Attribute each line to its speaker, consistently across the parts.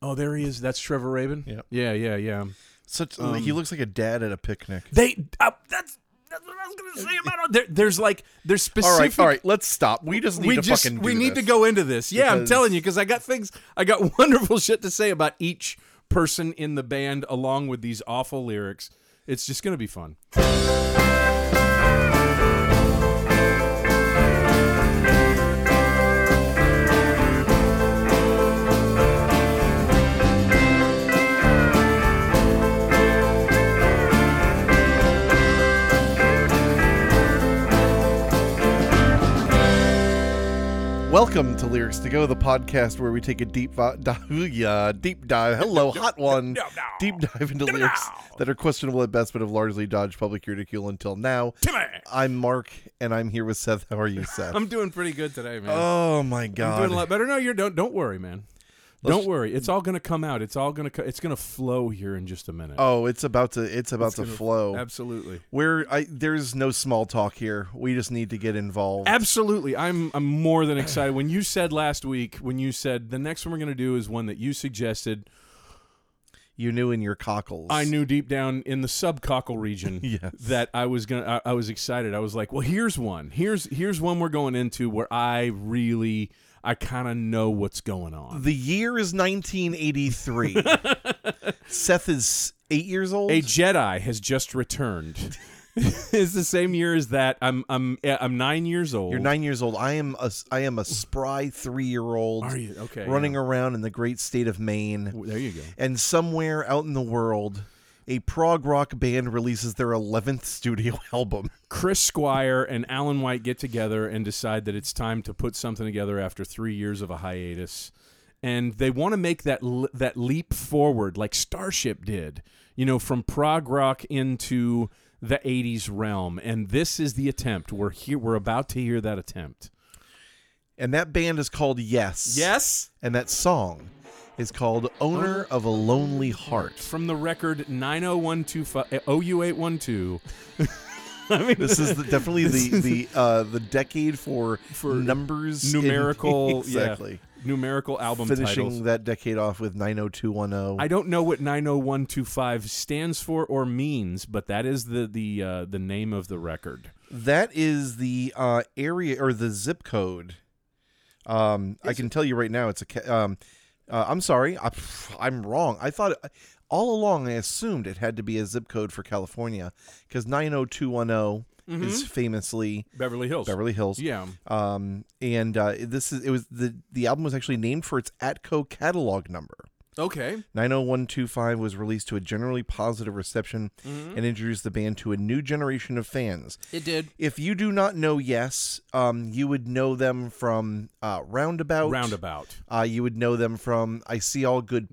Speaker 1: Oh, there he is. That's Trevor Rabin.
Speaker 2: Yep.
Speaker 1: Yeah, yeah, yeah.
Speaker 2: Such he looks like a dad at a picnic.
Speaker 1: They. Uh, that's that's what I was gonna say about it. There, there's like there's specific.
Speaker 2: All right, all right. Let's stop. We just need
Speaker 1: we
Speaker 2: to
Speaker 1: just
Speaker 2: fucking. Do
Speaker 1: we need
Speaker 2: this.
Speaker 1: to go into this. Yeah, I'm
Speaker 2: Because-
Speaker 1: telling you because I got things. I got wonderful shit to say about each person in the band, along with these awful lyrics. It's just gonna be fun.
Speaker 2: Welcome to Lyrics to Go, the podcast where we take a deep vi- di- uh, deep dive. Hello, hot one.
Speaker 1: no.
Speaker 2: Deep dive into lyrics that are questionable at best, but have largely dodged public ridicule until now.
Speaker 1: Timmy,
Speaker 2: I'm Mark, and I'm here with Seth. How are you, Seth?
Speaker 1: I'm doing pretty good today, man.
Speaker 2: oh my
Speaker 1: I'm doing a
Speaker 2: god!
Speaker 1: lot better. No, you're don't don't worry, man. don't worry. It's all gonna come out. It's all gonna co- it's gonna flow here in just a minute.
Speaker 2: Oh, it's about to it's about to
Speaker 1: gonna-
Speaker 2: flow.
Speaker 1: Absolutely.
Speaker 2: We're I there's no small talk here. We just need to get involved.
Speaker 1: Absolutely. I'm I'm more than excited. When you said last week, when you said the next one we're gonna do is one that you suggested,
Speaker 2: you knew in your cockles.
Speaker 1: I knew deep down in the subcockle region
Speaker 2: Yes.
Speaker 1: that I was gonna I, I was excited. I was like, well here's one. Here's here's one we're going into where I really I kinda know what's going on.
Speaker 2: The year is 1983. Seth is eight years old.
Speaker 1: A Jedi has just returned. it's the same year as that. I'm I'm I'm nine years old.
Speaker 2: You're nine years old. I am a s- I am a spry three year old.
Speaker 1: Are you okay?
Speaker 2: running
Speaker 1: yeah.
Speaker 2: around in the great state of Maine?
Speaker 1: There you go.
Speaker 2: And somewhere out in the world, a prog rock band releases their 11th studio album.
Speaker 1: Chris Squire and Alan White get together and decide that it's time to put something together after three years of a hiatus, and they want to make that l- that leap forward, like Starship did, you know, from prog rock into the '80s realm. And this is the attempt. We're here. We're about to hear that attempt.
Speaker 2: And that band is called Yes.
Speaker 1: Yes. Oh.
Speaker 2: And that song is called Owner of a Lonely Heart.
Speaker 1: from the record 90125 OU812. I mean,
Speaker 2: This is the, definitely the the uh, the decade for,
Speaker 1: For
Speaker 2: numbers in-
Speaker 1: numerical,
Speaker 2: exactly.
Speaker 1: yeah, numerical album
Speaker 2: Finishing
Speaker 1: titles.
Speaker 2: that decade off with 90210.
Speaker 1: I don't know what 90125 stands for or means, but that is the the uh, the name of the record.
Speaker 2: That is the uh, area or the zip code. Um, I can tell you right now, it's a. Ca- um, uh, I'm sorry, I, I'm wrong. I thought all along I assumed it had to be a zip code for California oh because 90210 is famously
Speaker 1: Beverly Hills.
Speaker 2: Beverly Hills.
Speaker 1: Mm-hmm. Yeah.
Speaker 2: Um, and uh, this is it was the the album was actually named for its Atco catalog number.
Speaker 1: Okay.
Speaker 2: 90125 was released to a generally positive reception
Speaker 1: Mm-hmm.
Speaker 2: and introduced the band to a new generation of fans.
Speaker 1: It did.
Speaker 2: If you do not know Yes, um, you would know them from uh, Roundabout.
Speaker 1: Roundabout.
Speaker 2: Uh, you would know them from I See All Good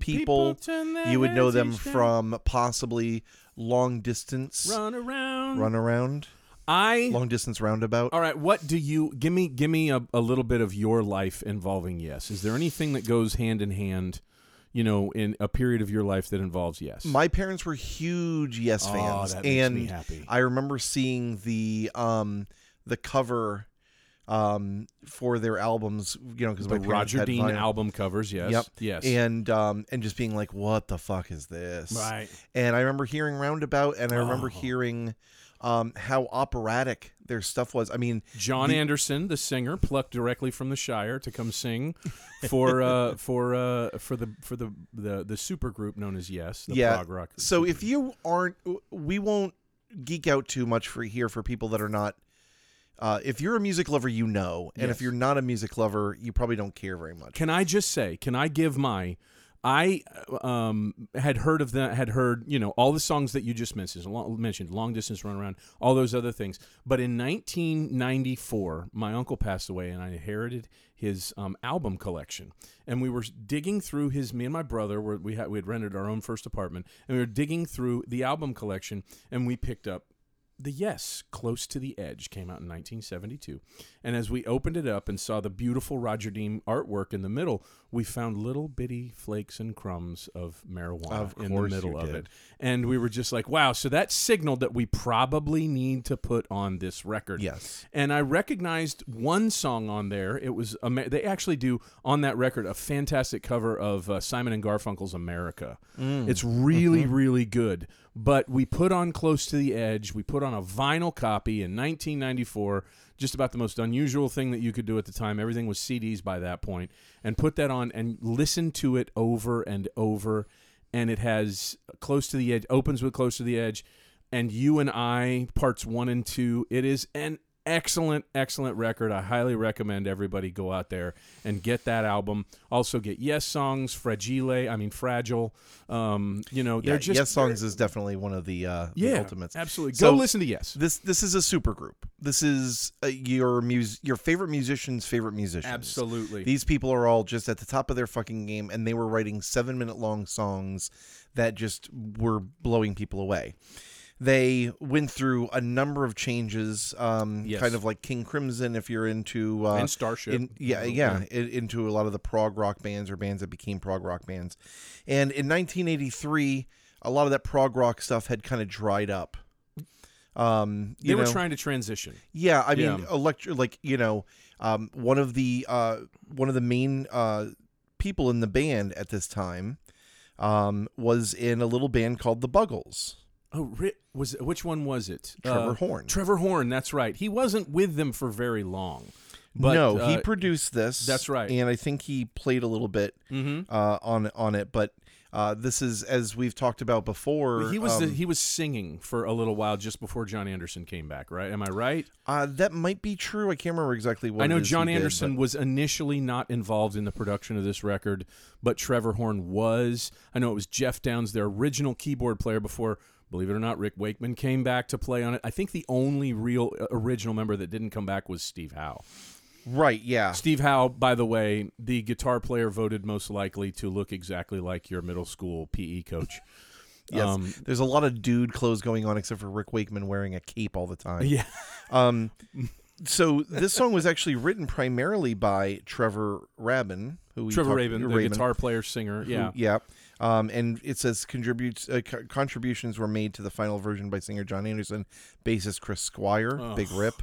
Speaker 1: People
Speaker 2: People.
Speaker 1: turn their
Speaker 2: you would know
Speaker 1: heads
Speaker 2: them
Speaker 1: each way.
Speaker 2: from possibly Long Distance
Speaker 1: Run around.
Speaker 2: Run Around,
Speaker 1: I
Speaker 2: Long Distance Roundabout.
Speaker 1: All right, what do you give me? Give me a, a little bit of your life involving yes. Is there anything that goes hand in hand, you know, in a period of your life that involves yes?
Speaker 2: My parents were huge Yes
Speaker 1: Aw,
Speaker 2: fans,
Speaker 1: that makes
Speaker 2: and
Speaker 1: me happy.
Speaker 2: I remember seeing the um, the cover um, for their albums. You know, because
Speaker 1: the
Speaker 2: my parents
Speaker 1: Roger
Speaker 2: had
Speaker 1: Dean
Speaker 2: vinyl.
Speaker 1: album covers, yes,
Speaker 2: Yep.
Speaker 1: yes,
Speaker 2: And um, and just being like, what the fuck is this?
Speaker 1: right.
Speaker 2: And I remember hearing Roundabout, and I remember
Speaker 1: Oh.
Speaker 2: hearing um, how operatic their stuff was. I mean,
Speaker 1: John Anderson, the singer, plucked directly from the Shire to come sing for uh, for uh, for the for the the, the super group known as Yes, the
Speaker 2: Yeah.
Speaker 1: prog rock.
Speaker 2: so if you aren't, we won't geek out too much for here for people that are not. Uh, if you're a music lover, you know, and
Speaker 1: Yes.
Speaker 2: if you're not a music lover, you probably don't care very much.
Speaker 1: Can I just say? Can I give my? I um, had heard of them. Had heard you know all the songs that you just mentioned, long, mentioned long distance run around, all those other things. But in 1994, my uncle passed away, and I inherited his um, album collection. And we were digging through his. Me and my brother were we had we had rented our own first apartment, and we were digging through the album collection, and we picked up the Yes, Close to the Edge, came out in 1972. And as we opened it up and saw the beautiful Roger Dean artwork in the middle, we found little bitty flakes and crumbs of marijuana
Speaker 2: Of
Speaker 1: in the
Speaker 2: course
Speaker 1: middle
Speaker 2: you
Speaker 1: of
Speaker 2: did.
Speaker 1: it. And we were just like, wow, so that signaled that we probably need to put on this record
Speaker 2: Yes.
Speaker 1: and I recognized one song on there. It was Amer- they actually do on that record a fantastic cover of uh, Simon and Garfunkel's "America." It's really really good. But we put on "Close to the Edge." We put on a vinyl copy in 1994. Just about the most unusual thing that you could do at the time. Everything was CDs by that point, and put that on and listened to it over and over. And it has "Close to the Edge" opens with "Close to the Edge." And you and I, parts one and two. It is an excellent excellent record i highly recommend everybody go out there and get that album also get yes songs fragile i mean fragile um you know
Speaker 2: Yeah,
Speaker 1: they're just
Speaker 2: yes songs is definitely one of the uh the
Speaker 1: yeah
Speaker 2: ultimates.
Speaker 1: absolutely
Speaker 2: So-
Speaker 1: go listen to yes
Speaker 2: This this is a super group. This is uh, your mus- your favorite musician's favorite musicians.
Speaker 1: absolutely
Speaker 2: These people are all just at the top of their fucking game, and they were writing seven minute long songs that just were blowing people away. They went through a number of changes, um,
Speaker 1: Yes.
Speaker 2: kind of like King Crimson, if you're into. Uh,
Speaker 1: and starship
Speaker 2: in, yeah, yeah, in- into a lot of the prog rock bands or bands that became prog rock bands. And in 1983, a lot of that prog rock stuff had kind of dried up. Um,
Speaker 1: they
Speaker 2: you
Speaker 1: were
Speaker 2: know-
Speaker 1: trying to transition
Speaker 2: yeah, I mean,
Speaker 1: Yeah.
Speaker 2: electro like you know, um, one of the uh, one of the main uh, people in the band at this time um, was in a little band called the Buggles.
Speaker 1: oh ri- was which one was it
Speaker 2: Trevor
Speaker 1: Uh,
Speaker 2: Horn.
Speaker 1: trevor horn that's right he wasn't with them for very long but
Speaker 2: no, he
Speaker 1: uh,
Speaker 2: produced this.
Speaker 1: that's right.
Speaker 2: and I think he played a little bit
Speaker 1: mhm.
Speaker 2: uh, on on it. But uh, this is as we've talked about before.
Speaker 1: he was the,
Speaker 2: um,
Speaker 1: he was singing for a little while just before john anderson came back right am i right
Speaker 2: uh, that might be true. I can't remember exactly what
Speaker 1: I
Speaker 2: it
Speaker 1: know
Speaker 2: is he
Speaker 1: John
Speaker 2: did,
Speaker 1: Anderson
Speaker 2: but-
Speaker 1: was initially not involved in the production of this record, but Trevor Horn was. I know it was Jeff Downs, their original keyboard player before, believe it or not, Rick Wakeman came back to play on it. I think the only real uh, original member that didn't come back was Steve Howe.
Speaker 2: right. Yeah,
Speaker 1: Steve Howe, by the way, the guitar player voted most likely to look exactly like your middle school PE coach.
Speaker 2: yes.
Speaker 1: Um,
Speaker 2: There's a lot of dude clothes going on, except for Rick Wakeman wearing a cape all the time.
Speaker 1: yeah.
Speaker 2: Um, so this song was actually written primarily by Trevor Rabin, who we
Speaker 1: Trevor
Speaker 2: talked-
Speaker 1: Rabin, the
Speaker 2: Rabin,
Speaker 1: guitar player, singer.
Speaker 2: who-
Speaker 1: Yeah.
Speaker 2: yeah. Um, and it says contributes uh, co- contributions were made to the final version by singer John Anderson, bassist Chris Squire, Big Rip,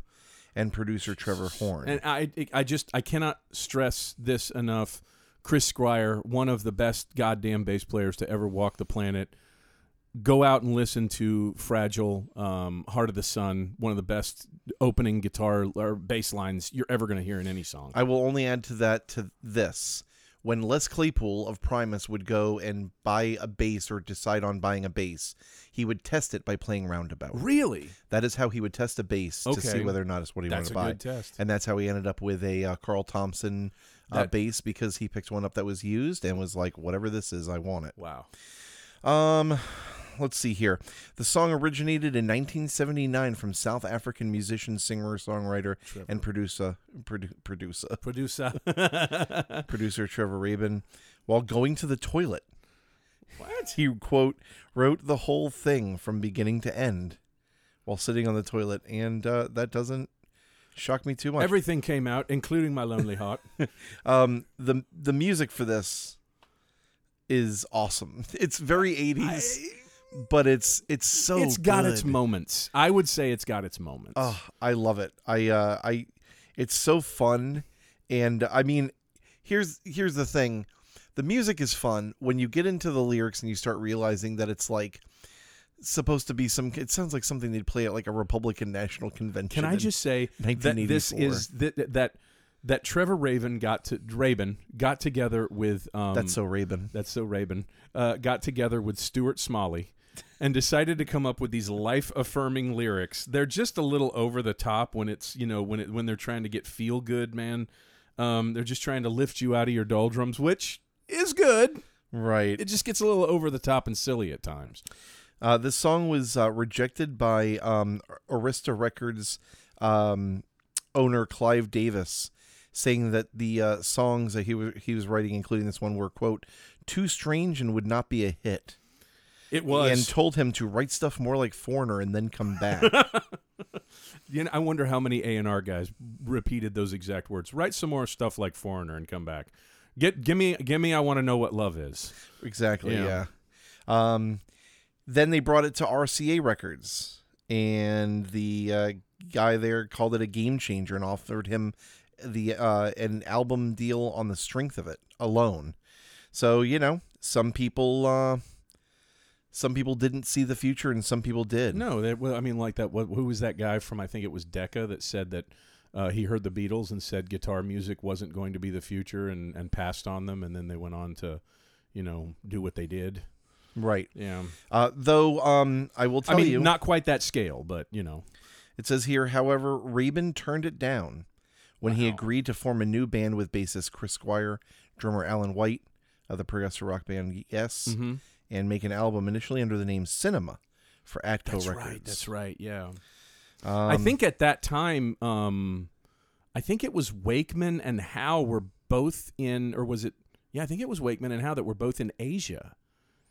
Speaker 2: and producer Trevor Horn.
Speaker 1: And I, I just, I cannot stress this enough. Chris Squire, one of the best goddamn bass players to ever walk the planet. Go out and listen to "Fragile," um, "Heart of the Sun," one of the best opening guitar or bass lines you're ever going to hear in any song.
Speaker 2: I will only add to that to this. When Les Claypool of Primus would go and buy a bass or decide on buying a bass, he would test it by playing roundabout.
Speaker 1: really,
Speaker 2: That is how he would test a bass to see
Speaker 1: Okay.
Speaker 2: whether or not it's what he
Speaker 1: that's a
Speaker 2: wanted to buy.
Speaker 1: good test.
Speaker 2: and that's how he ended up with a uh, Carl Thompson uh,
Speaker 1: That-
Speaker 2: bass because he picked one up that was used and was like, whatever this is, I want it.
Speaker 1: Wow.
Speaker 2: Um, let's see here. The song originated in 1979 from South African musician, singer, songwriter, and producer produ- producer
Speaker 1: Producer.
Speaker 2: producer Trevor Rabin while going to the toilet.
Speaker 1: what?
Speaker 2: He quote wrote the whole thing from beginning to end while sitting on the toilet, and uh, that doesn't shock me too much.
Speaker 1: Everything came out, including my lonely heart.
Speaker 2: Um, the the music for this is awesome. It's very eighties, but it's it's so
Speaker 1: it's got
Speaker 2: Oh, good.
Speaker 1: its moments. I would say it's got its moments.
Speaker 2: Oh, I love it. I uh, I it's so fun, and I mean, here's here's the thing. The music is fun when you get into the lyrics and you start realizing that it's like supposed to be some. It sounds like something they'd play at like a Republican National Convention.
Speaker 1: Can I
Speaker 2: in-
Speaker 1: just say that this
Speaker 2: 1984.
Speaker 1: is th- th- that that Trevor Raven got to Rabin got together with um,
Speaker 2: That's so Rabin.
Speaker 1: that's so Rabin uh, got together with Stuart Smalley and decided to come up with these life affirming lyrics. They're just a little over the top when it's you know when it when they're trying to get feel good, man. Um, they're just trying to lift you out of your doldrums, which is good.
Speaker 2: Right.
Speaker 1: It just gets a little over the top and silly at times.
Speaker 2: Uh, this song was uh, rejected by um, Arista Records um, owner Clive Davis, saying that the uh, songs that he was he was writing, including this one, were quote too strange and would not be a hit.
Speaker 1: It was.
Speaker 2: and told him to write stuff more like Foreigner and then come back.
Speaker 1: You know, I wonder how many A and R guys repeated those exact words. Write some more stuff like Foreigner and come back. Get give me give me. I want to know what love is.
Speaker 2: exactly.
Speaker 1: Yeah.
Speaker 2: Yeah. Um, then they brought it to RCA Records, and the uh, guy there called it a game changer and offered him the uh, an album deal on the strength of it alone. So you know, some people. Uh, some people didn't see the future, and some people did.
Speaker 1: No, that well, I mean, like that. What, who was that guy from? I think it was Decca that said that uh, he heard the Beatles and said guitar music wasn't going to be the future, and and passed on them, and then they went on to, you know, do what they did.
Speaker 2: Right.
Speaker 1: Yeah,
Speaker 2: Uh, though, um, I will
Speaker 1: I
Speaker 2: tell
Speaker 1: mean,
Speaker 2: you,
Speaker 1: not quite that scale, but you know,
Speaker 2: it says here, however, Rabin turned it down when he
Speaker 1: Wow.
Speaker 2: agreed to form a new band with bassist Chris Squire, drummer Alan White of the progressive rock band Yes,
Speaker 1: Mhm.
Speaker 2: and make an album initially under the name Cinema for Atco
Speaker 1: that's
Speaker 2: Records.
Speaker 1: right. That's right. Yeah.
Speaker 2: Um,
Speaker 1: I think at that time, um, I think it was Wakeman and Howe were both in, or was it? Yeah, I think it was Wakeman and Howe that were both in Asia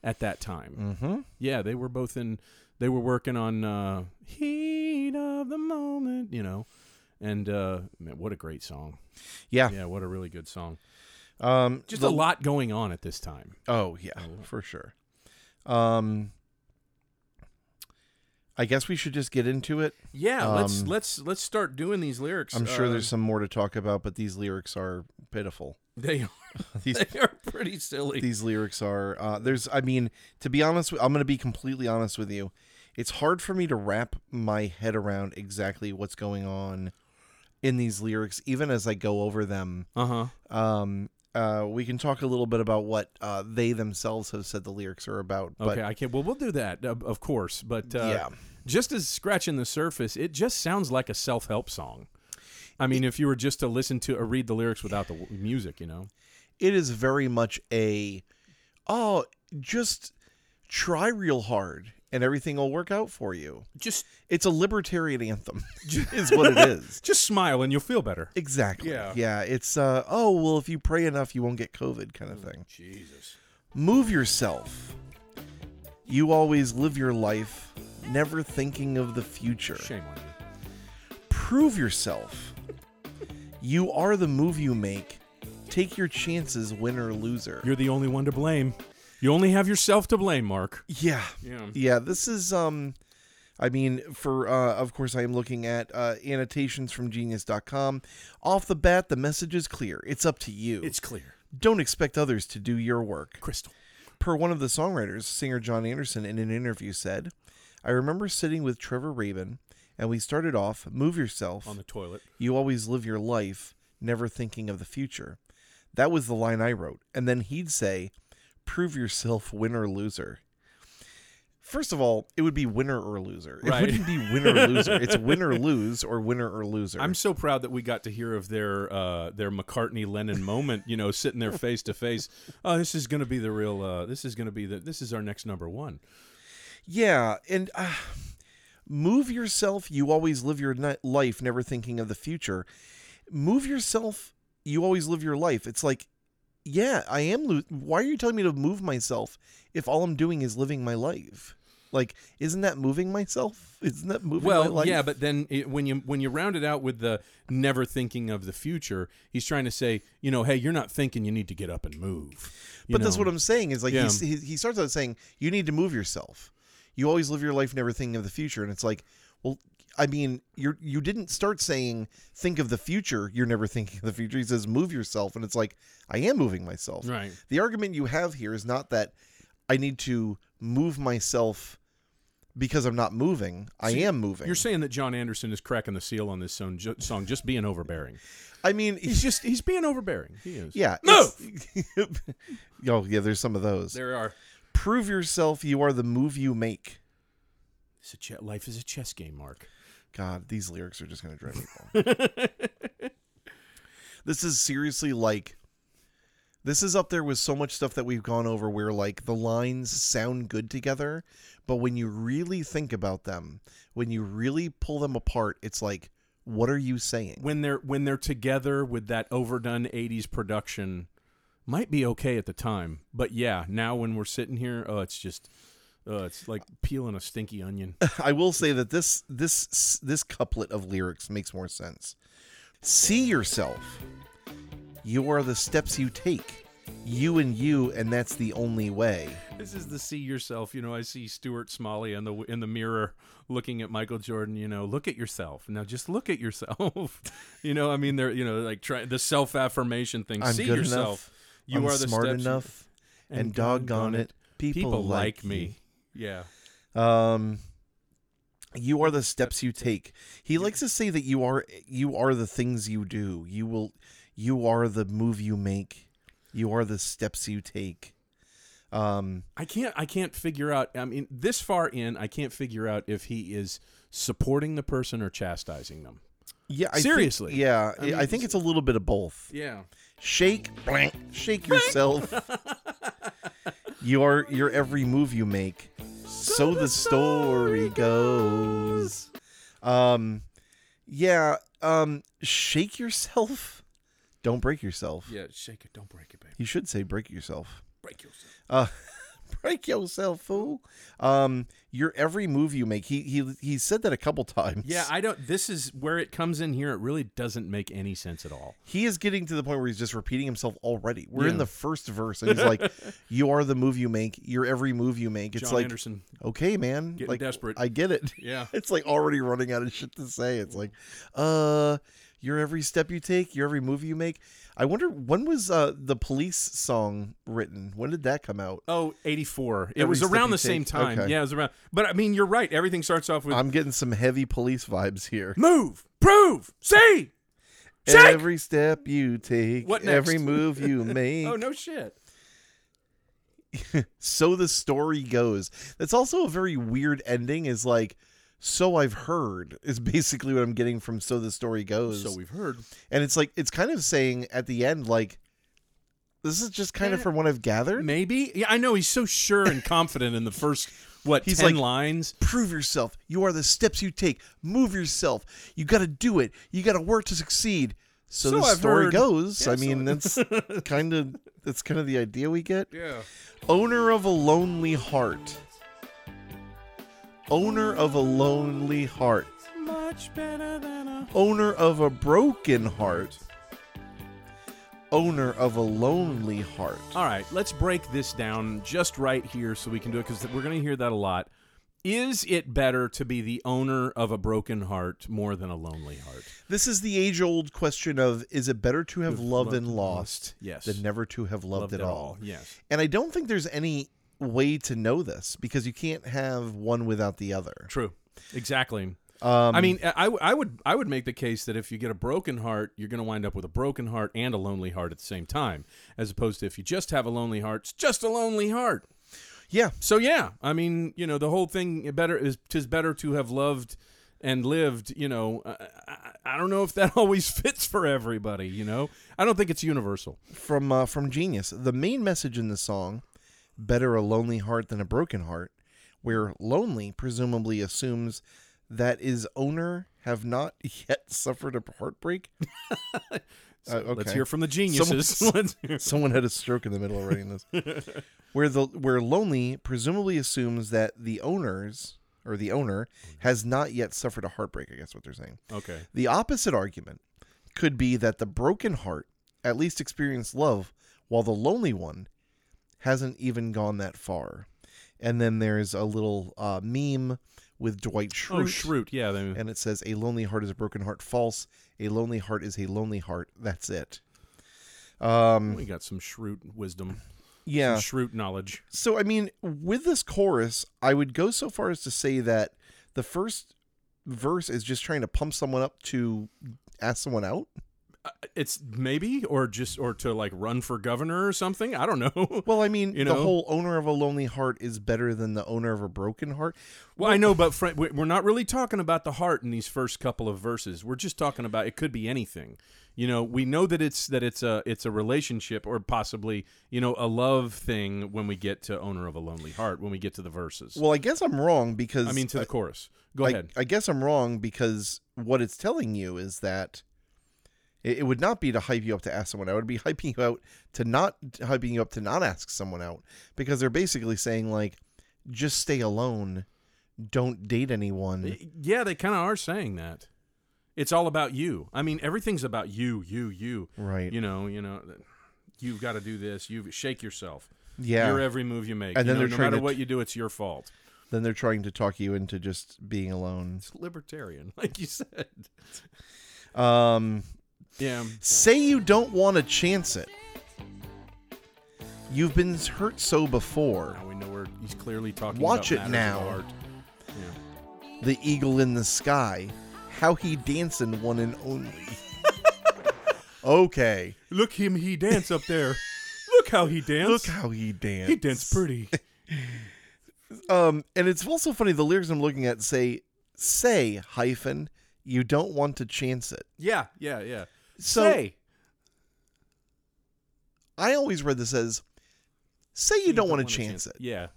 Speaker 1: at that time.
Speaker 2: mhm.
Speaker 1: Yeah, they were both in. They were working on uh, "Heat of the Moment," you know, and uh, man, what a great song!
Speaker 2: Yeah.
Speaker 1: Yeah, what a really good song.
Speaker 2: Um,
Speaker 1: Just
Speaker 2: the-
Speaker 1: a lot going on at this time.
Speaker 2: Oh yeah, for sure. Um, I guess we should just get into it.
Speaker 1: Yeah, let's
Speaker 2: Um,
Speaker 1: let's let's start doing these lyrics.
Speaker 2: I'm sure
Speaker 1: Uh,
Speaker 2: there's some more to talk about, but these lyrics are pitiful.
Speaker 1: they are,
Speaker 2: These
Speaker 1: they are pretty silly.
Speaker 2: these lyrics are uh, there's i mean to be honest with, i'm going to be completely honest with you it's hard for me to wrap my head around exactly what's going on in these lyrics even as i go over them
Speaker 1: uh huh.
Speaker 2: um, uh, we can talk a little bit about what uh, they themselves have said the lyrics are about but
Speaker 1: Okay, I can't. Well, we'll do that, of of course. But uh,
Speaker 2: Yeah.
Speaker 1: just as scratching the surface, it just sounds like a self help song. I mean, if you were just to listen to or read the lyrics without the w- music, you know.
Speaker 2: it is very much a oh just try real hard and everything will work out for you
Speaker 1: Just
Speaker 2: it's a libertarian anthem is what it is
Speaker 1: just smile and you'll feel better.
Speaker 2: Exactly.
Speaker 1: Yeah.
Speaker 2: Yeah. It's uh oh well if you pray enough you won't get COVID kind of
Speaker 1: Mm.
Speaker 2: thing.
Speaker 1: Jesus.
Speaker 2: Move yourself. You always live your life, never thinking of the future.
Speaker 1: Shame on you.
Speaker 2: Prove yourself. You are the move you make. Take your chances, win or loser.
Speaker 1: You're the only one to blame. You only have yourself to blame, Mark.
Speaker 2: yeah.
Speaker 1: Yeah.
Speaker 2: Yeah, this is um I mean for uh of course I am looking at uh annotations from genius.com. Off the bat the message is clear. It's up to you.
Speaker 1: It's clear.
Speaker 2: Don't expect others to do your work.
Speaker 1: Crystal.
Speaker 2: Per one of the songwriters, singer John Anderson, in an interview said, I remember sitting with Trevor Rabin, and we started off Move Yourself,
Speaker 1: On the toilet.
Speaker 2: You Always Live Your Life, Never Thinking of the Future. That was the line I wrote. And then he'd say, Prove yourself, winner, loser. First of all, it would be winner or loser. It
Speaker 1: Right.
Speaker 2: wouldn't be winner loser. It's winner lose or winner or loser.
Speaker 1: I'm so proud that we got to hear of their uh, their McCartney Lennon moment. You know, sitting there face to face. Oh, this is going to be the real. Uh, this is going to be the. This is our next number one.
Speaker 2: Yeah, and uh, move yourself. You always live your ni- life, never thinking of the future. Move yourself. You always live your life. It's like, yeah, I am. Lo- Why are you telling me to move myself if all I'm doing is living my life? Like, isn't that moving myself? Isn't that moving my
Speaker 1: Well,
Speaker 2: life?
Speaker 1: yeah, but then it, when you when you round it out with the never thinking of the future, he's trying to say, you know, hey, you're not thinking. You need to get up and move. You
Speaker 2: but that's
Speaker 1: know?
Speaker 2: what I'm saying is like
Speaker 1: Yeah.
Speaker 2: he's, he he starts out saying you need to move yourself. You always live your life never thinking of the future, and it's like, well, I mean, you you didn't start saying think of the future. You're never thinking of the future. He says move yourself, and it's like I am moving myself.
Speaker 1: Right.
Speaker 2: The argument you have here is not that I need to move myself because I'm not moving. I
Speaker 1: So
Speaker 2: am moving.
Speaker 1: You're saying that John Anderson is cracking the seal on this song, ju- song just being overbearing.
Speaker 2: I mean,
Speaker 1: He's just he's being overbearing. He is.
Speaker 2: yeah.
Speaker 1: Move!
Speaker 2: it's- oh yeah, there's some of those.
Speaker 1: There are.
Speaker 2: Prove yourself. You are the move you make.
Speaker 1: It's a che- life is a chess game, Mark.
Speaker 2: God, these lyrics are just going to drive me bonkers. this is seriously like this is up there with so much stuff that we've gone over where like the lines sound good together, but when you really think about them, when you really pull them apart, it's like what are you saying?
Speaker 1: When they're when they're together with that overdone '80s production, might be okay at the time, but yeah, now when we're sitting here, oh, it's just Uh, it's like peeling a stinky onion.
Speaker 2: I will say that this this this couplet of lyrics makes more sense. See yourself. You are the steps you take. You and you, and that's the only way.
Speaker 1: This is the see yourself. You know, I see Stuart Smalley in the in the mirror looking at Michael Jordan. You know, look at yourself now. Just look at yourself. you know, I mean, they're you know like try the self affirmation thing.
Speaker 2: I'm
Speaker 1: see
Speaker 2: good
Speaker 1: yourself.
Speaker 2: enough.
Speaker 1: You
Speaker 2: I'm
Speaker 1: are the
Speaker 2: smart
Speaker 1: steps you-
Speaker 2: enough, and, doggone it, people, like
Speaker 1: me. Yeah,
Speaker 2: you. Um, you are the steps you take. He likes to say that you are you are the things you do. You will, you are the move you make. You are the steps you take. Um,
Speaker 1: I can't. I can't figure out. I mean, this far in, I can't figure out if he is supporting the person or chastising them.
Speaker 2: yeah, I think-
Speaker 1: Seriously.
Speaker 2: yeah,
Speaker 1: I mean,
Speaker 2: I think it's a little bit of both.
Speaker 1: Yeah.
Speaker 2: shake blank shake yourself your your every move you make so the story goes um yeah um shake yourself don't break yourself
Speaker 1: Yeah. Shake it. Don't break it, baby.
Speaker 2: you should say break yourself
Speaker 1: Break yourself.
Speaker 2: uh break yourself fool um your every move you make he he he said that a couple times
Speaker 1: Yeah, I don't. This is where it comes in here. It really doesn't make any sense at all.
Speaker 2: he is getting to the point where he's just repeating himself already. We're in
Speaker 1: Yeah.
Speaker 2: the first verse, and he's like, "You are the move you make. Your every move you make." It's
Speaker 1: John
Speaker 2: like,
Speaker 1: Anderson.
Speaker 2: okay, man,
Speaker 1: Getting
Speaker 2: like
Speaker 1: desperate.
Speaker 2: I get it.
Speaker 1: Yeah.
Speaker 2: It's like already running out of shit to say. It's like, uh, your every step you take, your every move you make. I wonder when was uh the police song written? When did that come out?
Speaker 1: Oh, 84. It
Speaker 2: Every
Speaker 1: was
Speaker 2: step
Speaker 1: around
Speaker 2: you
Speaker 1: the same
Speaker 2: take.
Speaker 1: time.
Speaker 2: Okay.
Speaker 1: Yeah, it was around. But I mean, you're right. Everything starts off with
Speaker 2: I'm getting some heavy police vibes here.
Speaker 1: move, prove, see. Shake!
Speaker 2: Every step you take,
Speaker 1: What
Speaker 2: every
Speaker 1: next?
Speaker 2: move you make.
Speaker 1: Oh, no shit.
Speaker 2: so the story goes. That's also a very weird ending. Is like, so I've heard is basically what I'm getting from so the story goes.
Speaker 1: So we've heard.
Speaker 2: and it's like it's kind of saying at the end like, this is just kind of from what I've gathered.
Speaker 1: Maybe. Yeah, I know. He's so sure and confident in the first, what,
Speaker 2: He's
Speaker 1: 10
Speaker 2: like-
Speaker 1: lines?
Speaker 2: Prove yourself. You are the steps you take. Move yourself. You got to do it. You got to work to succeed. So,
Speaker 1: So
Speaker 2: the
Speaker 1: I've
Speaker 2: story
Speaker 1: heard.
Speaker 2: goes.
Speaker 1: Yeah,
Speaker 2: I
Speaker 1: so
Speaker 2: mean,
Speaker 1: I-
Speaker 2: that's kind of that's kind of the idea we get.
Speaker 1: Yeah.
Speaker 2: Owner of a lonely heart. Owner of a lonely heart.
Speaker 1: Much better than a.
Speaker 2: Owner of a broken heart. Owner of a lonely heart.
Speaker 1: All right, let's break this down just right here so we can do it because we're going to hear that a lot. Is it better to be the owner of a broken heart more than a lonely heart?
Speaker 2: This is the age old question of is it better to have loved and lost
Speaker 1: Yes.
Speaker 2: than never to have loved,
Speaker 1: Loved
Speaker 2: at
Speaker 1: at
Speaker 2: all?
Speaker 1: all, yes.
Speaker 2: And I don't think there's any way to know this because you can't have one without the other.
Speaker 1: True. Exactly. Um, I mean, I, I would I would make the case that if you get a broken heart, you're going to wind up with a broken heart and a lonely heart at the same time, as opposed to if you just have a lonely heart, it's just a lonely heart.
Speaker 2: Yeah.
Speaker 1: So yeah, I mean, you know, the whole thing better is tis better to have loved and lived. You know, I, I, I don't know if that always fits for everybody. You know, I don't think it's universal.
Speaker 2: from uh, from Genius. The main message in the song, "Better a lonely heart than a broken heart," where lonely presumably assumes that his owner have not yet suffered a heartbreak. Uh,
Speaker 1: Let's
Speaker 2: okay.
Speaker 1: hear from the geniuses. Let's hear-
Speaker 2: Someone had a stroke in the middle of writing this. where the where lonely presumably assumes that the owners or the owner has not yet suffered a heartbreak. I guess what they're saying.
Speaker 1: okay.
Speaker 2: The opposite argument could be that the broken heart at least experienced love, while the lonely one hasn't even gone that far. And then there's a little uh, meme with Dwight
Speaker 1: Oh,
Speaker 2: Schrute,
Speaker 1: Schrute. Yeah. They,
Speaker 2: and it says, "A lonely heart is a broken heart. False. A lonely heart is a lonely heart. That's it." Um.
Speaker 1: we got some Schrute wisdom,
Speaker 2: Yeah.
Speaker 1: Schrute knowledge.
Speaker 2: So I mean, with this chorus, I would go so far as to say that the first verse is just trying to pump someone up to ask someone out.
Speaker 1: it's maybe or just or to like run for governor or something i don't know
Speaker 2: Well, I mean,
Speaker 1: You
Speaker 2: the
Speaker 1: know?
Speaker 2: whole owner of a lonely heart is better than the owner of a broken heart.
Speaker 1: well i know but Frank, we- we're not really talking about the heart in these first couple of verses we're just talking about it could be anything you know we know that it's that it's a it's a relationship or possibly you know a love thing when we get to owner of a lonely heart when we get to the verses
Speaker 2: Well, I guess I'm wrong because
Speaker 1: i mean to the chorus go
Speaker 2: I,
Speaker 1: ahead
Speaker 2: I guess I'm wrong because what it's telling you is that it, it would not be to hype you up to ask someone out. It would be hyping you out to not hyping you up to not ask someone out because they're basically saying like just stay alone. Don't date anyone.
Speaker 1: Yeah, they kind of are saying that. It's all about you. I mean, everything's about you, you, you.
Speaker 2: Right.
Speaker 1: You know, you know, you've got to do this. You shake yourself.
Speaker 2: Yeah.
Speaker 1: Your every move you make.
Speaker 2: And
Speaker 1: You
Speaker 2: then
Speaker 1: know,
Speaker 2: they're
Speaker 1: no
Speaker 2: trying
Speaker 1: matter
Speaker 2: to-
Speaker 1: what you do, it's your fault.
Speaker 2: then they're trying to talk you into just being alone.
Speaker 1: It's libertarian, like you said.
Speaker 2: Um,
Speaker 1: Yeah.
Speaker 2: say you don't want to chance it. You've been hurt so before.
Speaker 1: Now we know where he's clearly talking
Speaker 2: Watch
Speaker 1: about
Speaker 2: it
Speaker 1: matters of
Speaker 2: now.
Speaker 1: art. Yeah.
Speaker 2: The eagle in the sky. How he dancing one and only. okay.
Speaker 1: Look him, he dance up there. Look how he dance.
Speaker 2: Look how he dance.
Speaker 1: he dance pretty.
Speaker 2: Um, and it's also funny. The lyrics I'm looking at say, "Say hyphen, you don't want to chance it."
Speaker 1: Yeah, yeah, yeah.
Speaker 2: So
Speaker 1: Say,
Speaker 2: I always read this as, "Say you, don't, want to chance it."
Speaker 1: Yeah.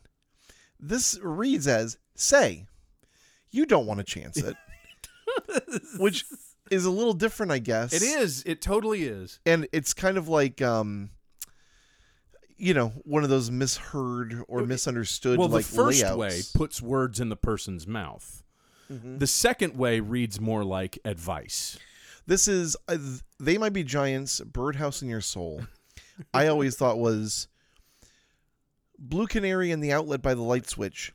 Speaker 2: This reads as, "Say, you don't want to chance it," which is a little different, I guess.
Speaker 1: It is. It totally is.
Speaker 2: and it's kind of like, um, you know, one of those misheard or misunderstood
Speaker 1: Well,
Speaker 2: like
Speaker 1: the first
Speaker 2: layouts. Mm-hmm.
Speaker 1: way puts words in the person's mouth. The second way reads more like advice.
Speaker 2: This is uh, th- they might be giants. Birdhouse in your soul. I always thought was Blue Canary in the outlet by the light switch,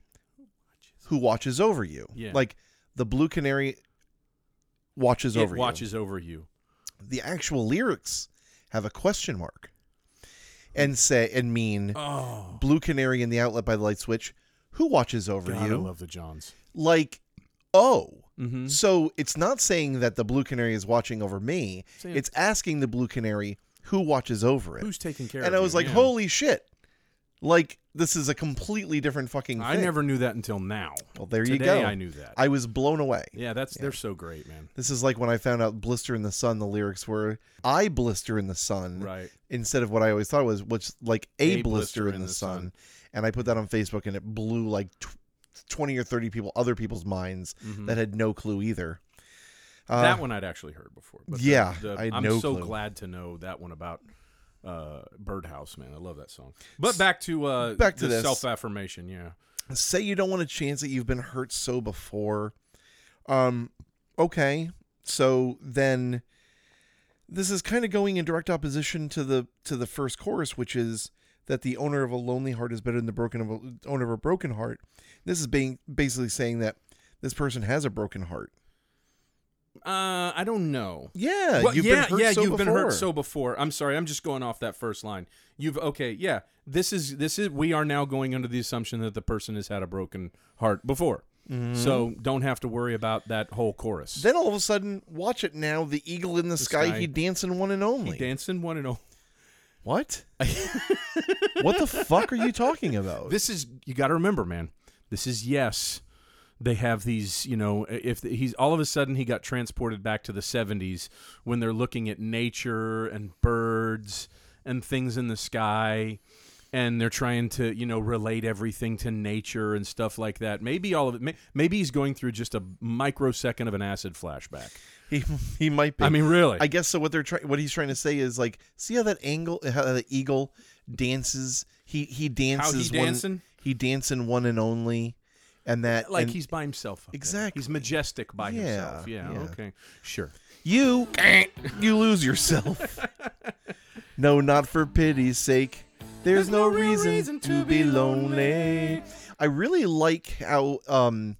Speaker 2: who watches over you.
Speaker 1: Yeah.
Speaker 2: Like the Blue Canary watches
Speaker 1: it
Speaker 2: over
Speaker 1: watches over you.
Speaker 2: you. The actual lyrics have a question mark, and say and mean
Speaker 1: Oh,
Speaker 2: Blue Canary in the outlet by the light switch, who watches over
Speaker 1: God, I
Speaker 2: you.
Speaker 1: love the Johns.
Speaker 2: like oh.
Speaker 1: Mm-hmm.
Speaker 2: So it's not saying that the blue canary is watching over me.
Speaker 1: Saying-
Speaker 2: It's asking the blue canary who watches over it.
Speaker 1: Who's taking care of
Speaker 2: And I was
Speaker 1: you?
Speaker 2: like,
Speaker 1: Yeah.
Speaker 2: holy shit. Like, this is a completely different fucking thing.
Speaker 1: I never knew that until now.
Speaker 2: Well, there you
Speaker 1: Today
Speaker 2: go.
Speaker 1: I knew that.
Speaker 2: I was blown away.
Speaker 1: yeah, that's they're so great, man.
Speaker 2: This is like when I found out Blister in the Sun, the lyrics were I blister in the sun
Speaker 1: Right.
Speaker 2: instead of what I always thought was, which like a, blister, in, the, sun.
Speaker 1: sun.
Speaker 2: And I put that on Facebook and it blew like tw- 20 or 30 people, other people's minds that had no clue either. Uh,
Speaker 1: Mm-hmm. that one I'd actually heard before. But the-
Speaker 2: yeah,
Speaker 1: the-
Speaker 2: I had
Speaker 1: I'm
Speaker 2: no
Speaker 1: so
Speaker 2: clue.
Speaker 1: glad to know that one about uh, Birdhouse, man. I love that song. But back to uh,
Speaker 2: Back to
Speaker 1: the
Speaker 2: this.
Speaker 1: self affirmation. Yeah,
Speaker 2: say you don't want to chance that you've been hurt so before um okay so then this is kind of going in direct opposition to the to the first chorus which is that the owner of a lonely heart is better than the broken of a, owner of a broken heart this is being basically saying that this person has a broken heart
Speaker 1: uh, I don't know.
Speaker 2: yeah
Speaker 1: Well,
Speaker 2: you've
Speaker 1: yeah,
Speaker 2: been hurt
Speaker 1: yeah,
Speaker 2: so
Speaker 1: you've been hurt
Speaker 2: before.
Speaker 1: so before. I'm sorry, I'm just going off that first line. You've okay, yeah. This is this is we are now going under the assumption that the person has had a broken heart before,
Speaker 2: Mm-hmm.
Speaker 1: so don't have to worry about that whole chorus.
Speaker 2: then all of a sudden watch it now the eagle in the, sky,
Speaker 1: sky.
Speaker 2: he dancing one and only
Speaker 1: Dancing one and all.
Speaker 2: what what the fuck are you talking about
Speaker 1: This is you got to remember, man. This is yes. They have these, you know, if he's all of a sudden he got transported back to the 70s when they're looking at nature and birds and things in the sky and they're trying to, you know, relate everything to nature and stuff like that. Maybe all of it may, maybe he's going through just a microsecond of an acid flashback.
Speaker 2: he, he might be
Speaker 1: I mean, really.
Speaker 2: I guess so. What they're trying, what he's trying to say is like, see how that angle, how the eagle dances. He he dances. one,
Speaker 1: dancing?
Speaker 2: He dancing one and only, and that
Speaker 1: like
Speaker 2: and
Speaker 1: he's by himself. up there.
Speaker 2: Exactly.
Speaker 1: He's majestic by
Speaker 2: Yeah,
Speaker 1: himself. Yeah,
Speaker 2: yeah.
Speaker 1: okay. Sure.
Speaker 2: you you lose yourself. no, not for pity's sake. There's, no, reason, to be lonely. I really like how um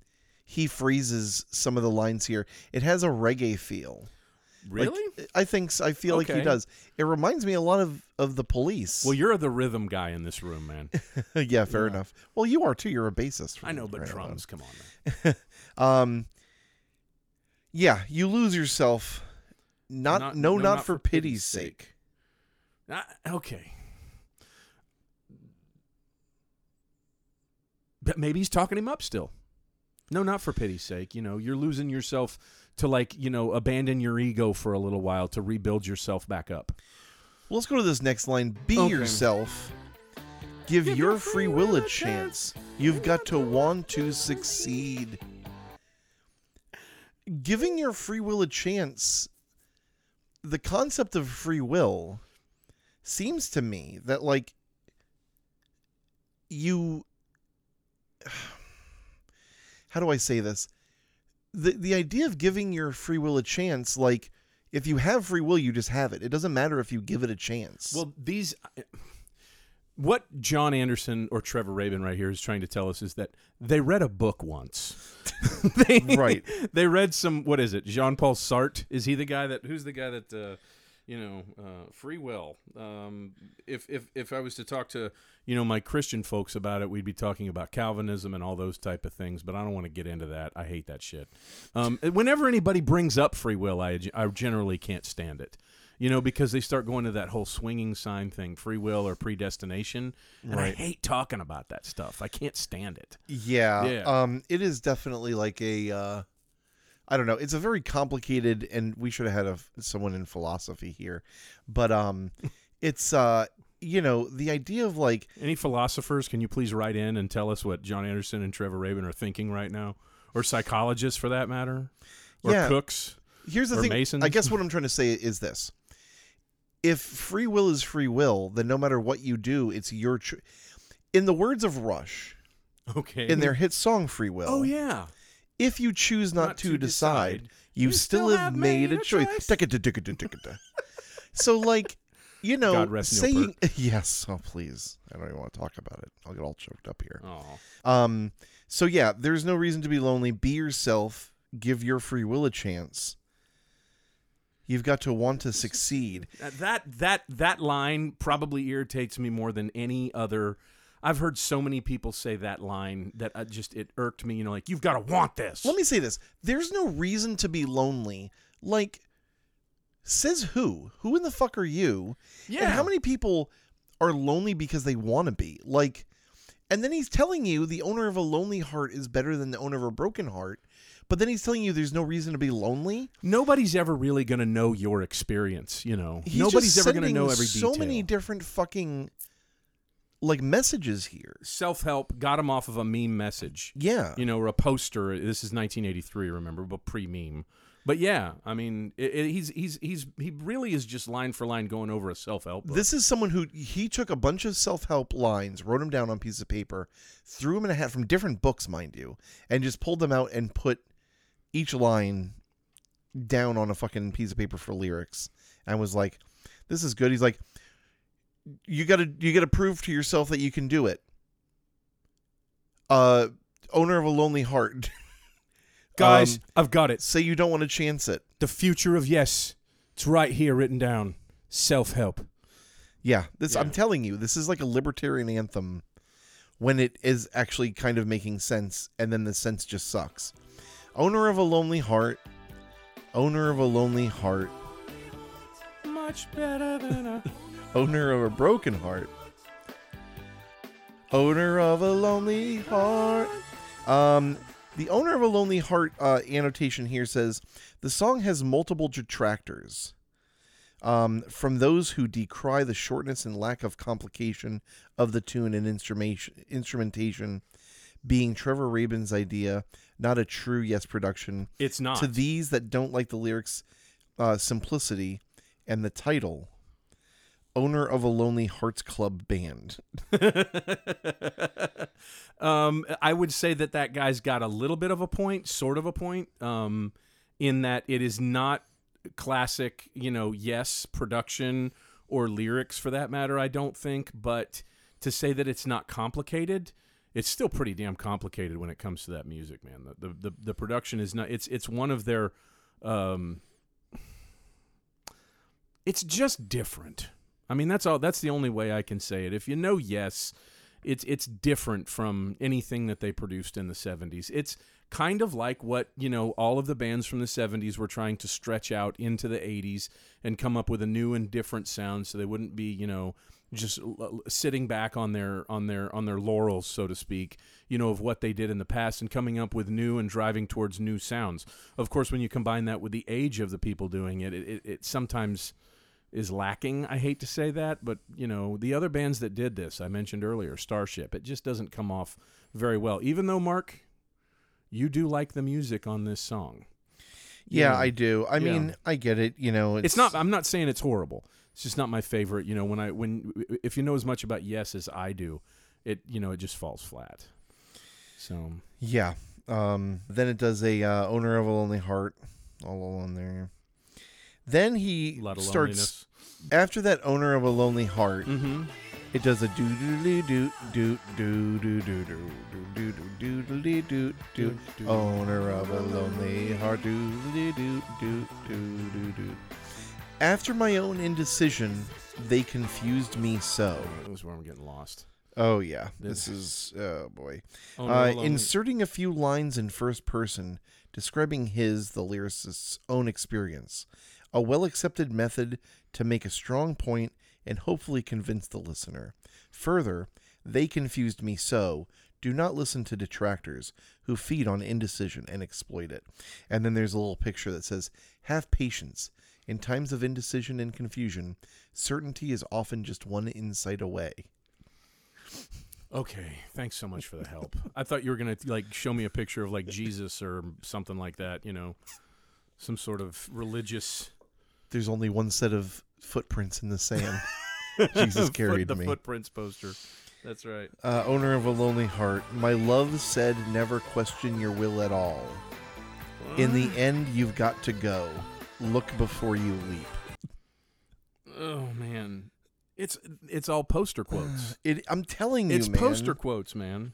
Speaker 2: he phrases some of the lines here. It has a reggae feel. Like,
Speaker 1: Really?
Speaker 2: I think so. I feel like
Speaker 1: Okay.
Speaker 2: he does. It reminds me a lot of of the police.
Speaker 1: Well, you're the rhythm guy in this room, man.
Speaker 2: yeah, fair enough. Well, you are too. You're a bassist.
Speaker 1: I know, but
Speaker 2: Right on.
Speaker 1: drums, come on. Man.
Speaker 2: Um, yeah, you lose yourself. Not,
Speaker 1: Not-
Speaker 2: no,
Speaker 1: no,
Speaker 2: not,
Speaker 1: not
Speaker 2: for
Speaker 1: for pity's
Speaker 2: pity's
Speaker 1: sake.
Speaker 2: sake.
Speaker 1: Ah, okay. But maybe he's talking him up still. No, not for pity's sake. You know, you're losing yourself to like, you know, abandon your ego for a little while to rebuild yourself back up.
Speaker 2: Well, let's go to this next line. Be
Speaker 1: Okay.
Speaker 2: yourself. Give, your free will a chance. You've got to want to succeed. Giving your free will a chance. The concept of free will seems to me that like you how do I say this? The the idea of giving your free will a chance, like if you have free will, you just have it. It doesn't matter if you give it a chance.
Speaker 1: Well, these. uh, What John Anderson or Trevor Rabin right here is trying to tell us is that they read a book once. they,
Speaker 2: Right.
Speaker 1: They read some. What is it? Jean Paul Sartre. Is he the guy that? Who's the guy that? Uh, you know, uh, free will. Um, if if if I was to talk to you know my Christian folks about it, we'd be talking about Calvinism and all those type of things. But I don't want to get into that. I hate that shit. Um, whenever anybody brings up free will, I I generally can't stand it. You know, because they start going to that whole swinging sign thing, free will or predestination, and I
Speaker 2: Right.
Speaker 1: hate talking about that stuff. I can't stand it.
Speaker 2: yeah,
Speaker 1: Yeah.
Speaker 2: Um, it is definitely like a. Uh, I don't know. It's a very complicated, and we should have had a, someone in philosophy here, but um, it's uh, you know, the idea of like
Speaker 1: Any philosophers, can you please write in and tell us what John Anderson and Trevor Rabin are thinking right now? Or psychologists, for that matter? Or
Speaker 2: Yeah.
Speaker 1: cooks?
Speaker 2: Here's the
Speaker 1: Or
Speaker 2: thing.
Speaker 1: Masons.
Speaker 2: I guess what I'm trying to say is this: if free will is free will, then no matter what you do, it's your. Cho- in the words of Rush,
Speaker 1: Okay.
Speaker 2: in their hit song "Free Will,"
Speaker 1: Mm-hmm. Oh, yeah.
Speaker 2: if you choose not, to, decide, you,
Speaker 1: you
Speaker 2: still,
Speaker 1: still
Speaker 2: have
Speaker 1: have
Speaker 2: made a
Speaker 1: made a
Speaker 2: choice.
Speaker 1: choice.
Speaker 2: Dicka da dicka da dicka da. so, like, you know,
Speaker 1: God rest Neil
Speaker 2: saying yes. Oh, please, I don't even want to talk about it. I'll get all choked up here.
Speaker 1: Oh.
Speaker 2: Um, so yeah, there's no reason to be lonely. Be yourself. Give your free will a chance. You've got to want to succeed.
Speaker 1: That- That that that line probably irritates me more than any other. I've heard so many people say that line that I just it irked me. You know, like you've got to want this.
Speaker 2: Let me say this. There's no reason to be lonely. Like says who? Who in the fuck are you?
Speaker 1: yeah.
Speaker 2: And how many people are lonely because they want to be? Like and then he's telling you the owner of a lonely heart is better than the owner of a broken heart, but then he's telling you there's no reason to be lonely.
Speaker 1: Nobody's ever really going to know your experience. You know,
Speaker 2: He's
Speaker 1: nobody's
Speaker 2: just
Speaker 1: ever going to
Speaker 2: sending
Speaker 1: know every
Speaker 2: so
Speaker 1: detail.
Speaker 2: many different fucking like messages here.
Speaker 1: Self help got him off of a meme message.
Speaker 2: Yeah.
Speaker 1: you know, or a poster. This is 1983, remember, but pre-meme. But yeah, I mean, it, it, he's he's he's he really is just line for line going over a self-help book.
Speaker 2: This is someone who he took a bunch of self-help lines, wrote them down on a piece of paper, threw them in a hat from different books, mind you, and just pulled them out and put each line down on a fucking piece of paper for lyrics and was like, "This is good." He's like, "You got to you got to prove to yourself that you can do it." Uh owner of a lonely heart,
Speaker 1: Guys,
Speaker 2: um,
Speaker 1: I've got it.
Speaker 2: say you don't want to chance it.
Speaker 1: The future of yes. It's right here written down. Self-help.
Speaker 2: Yeah, this I'm
Speaker 1: Yeah.
Speaker 2: telling you, this is like a libertarian anthem when it is actually kind of making sense and then the sense just sucks. Owner of a lonely heart, owner of a lonely heart,
Speaker 1: Much better than a
Speaker 2: owner of a broken heart. Owner of a lonely heart. Um the owner of a lonely heart uh, annotation here says the song has multiple detractors. um, from those who decry the shortness and lack of complication of the tune and instrumentation, instrumentation being Trevor Rabin's idea, not a true Yes production,
Speaker 1: It's not.
Speaker 2: to these that don't like the lyrics, uh, simplicity, and the title, owner of a Lonely Hearts Club band.
Speaker 1: um, I would say that that guy's got a little bit of a point, sort of a point, um, in that it is not classic, you know, yes, production or lyrics for that matter, I don't think. But to say that it's not complicated, it's still pretty damn complicated when it comes to that music, man. The, the, the, the production is not, it's, it's one of their, um, it's just different. I mean, that's all. That's the only way I can say it. If you know, yes, it's it's different from anything that they produced in the '70s. It's kind of like what you know all of the bands from the '70s were trying to stretch out into the '80s and come up with a new and different sound, so they wouldn't be you know just l- l- sitting back on their on their on their laurels, so to speak. You know of what they did in the past and coming up with new and driving towards new sounds. Of course, when you combine that with the age of the people doing it, it, it, it sometimes is lacking. I hate to say that, but you know, the other bands that did this, I mentioned earlier, Starship, it just doesn't come off very well. Even though Mark, you do like the music on this song.
Speaker 2: Yeah,
Speaker 1: Yeah.
Speaker 2: I do. I
Speaker 1: Yeah.
Speaker 2: mean, I get it. You know, it's,
Speaker 1: It's not I'm not saying it's horrible. It's just not my favorite, you know, when I when if you know as much about Yes as I do, it you know, it just falls flat. So,
Speaker 2: Yeah. Um, then it does a uh, owner of a lonely heart, all alone there. Then he
Speaker 1: A lot of
Speaker 2: starts after that owner of a lonely heart.
Speaker 1: loneliness. Mm-hmm.
Speaker 2: It does a do do do do do do do do do do do do do do do do do owner of a lonely heart do do do do do do do. After my own indecision, they confused me so.
Speaker 1: Mm-hmm. That was where I'm getting lost.
Speaker 2: Oh yeah,
Speaker 1: This-
Speaker 2: this is oh boy.
Speaker 1: Oh, no,
Speaker 2: Uh,
Speaker 1: alone.
Speaker 2: inserting a few lines in first person, describing his, the lyricist's own experience, a well accepted method to make a strong point and hopefully convince the listener. Further, they confused me so. Do not listen to detractors who feed on indecision and exploit it. And then there's a little picture that says, Have patience. In times of indecision and confusion, certainty is often just one insight away.
Speaker 1: okay, thanks so much for the help. I thought you were gonna like show me a picture of like Jesus or something like that. You know, some sort of religious.
Speaker 2: There's only one set of footprints in the sand. Jesus
Speaker 1: Foot-
Speaker 2: carried
Speaker 1: the
Speaker 2: me.
Speaker 1: footprints poster. That's right.
Speaker 2: Uh, owner of a lonely heart, my love said never question your will at all. In the end, you've got to go. Look before you leap.
Speaker 1: Oh man, it's it's all poster quotes.
Speaker 2: It, I'm telling you,
Speaker 1: it's
Speaker 2: man,
Speaker 1: poster quotes, man.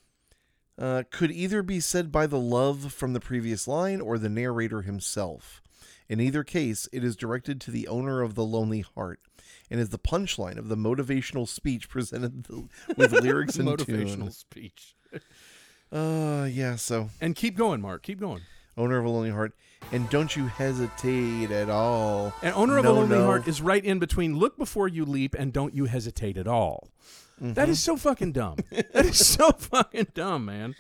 Speaker 2: uh, could either be said by the love from the previous line or the narrator himself. In either case, it is directed to the owner of the lonely heart and is the punchline of the motivational speech presented th- with lyrics and
Speaker 1: Motivational
Speaker 2: tune.
Speaker 1: speech.
Speaker 2: Uh, yeah, so
Speaker 1: And keep going, Mark. Keep going.
Speaker 2: owner of a lonely heart and don't you hesitate at all
Speaker 1: And owner of a
Speaker 2: No,
Speaker 1: lonely
Speaker 2: no.
Speaker 1: heart is right in between. Look before you leap, and don't you hesitate at all. That is
Speaker 2: Mm-hmm.
Speaker 1: so fucking dumb. that is so fucking dumb, man.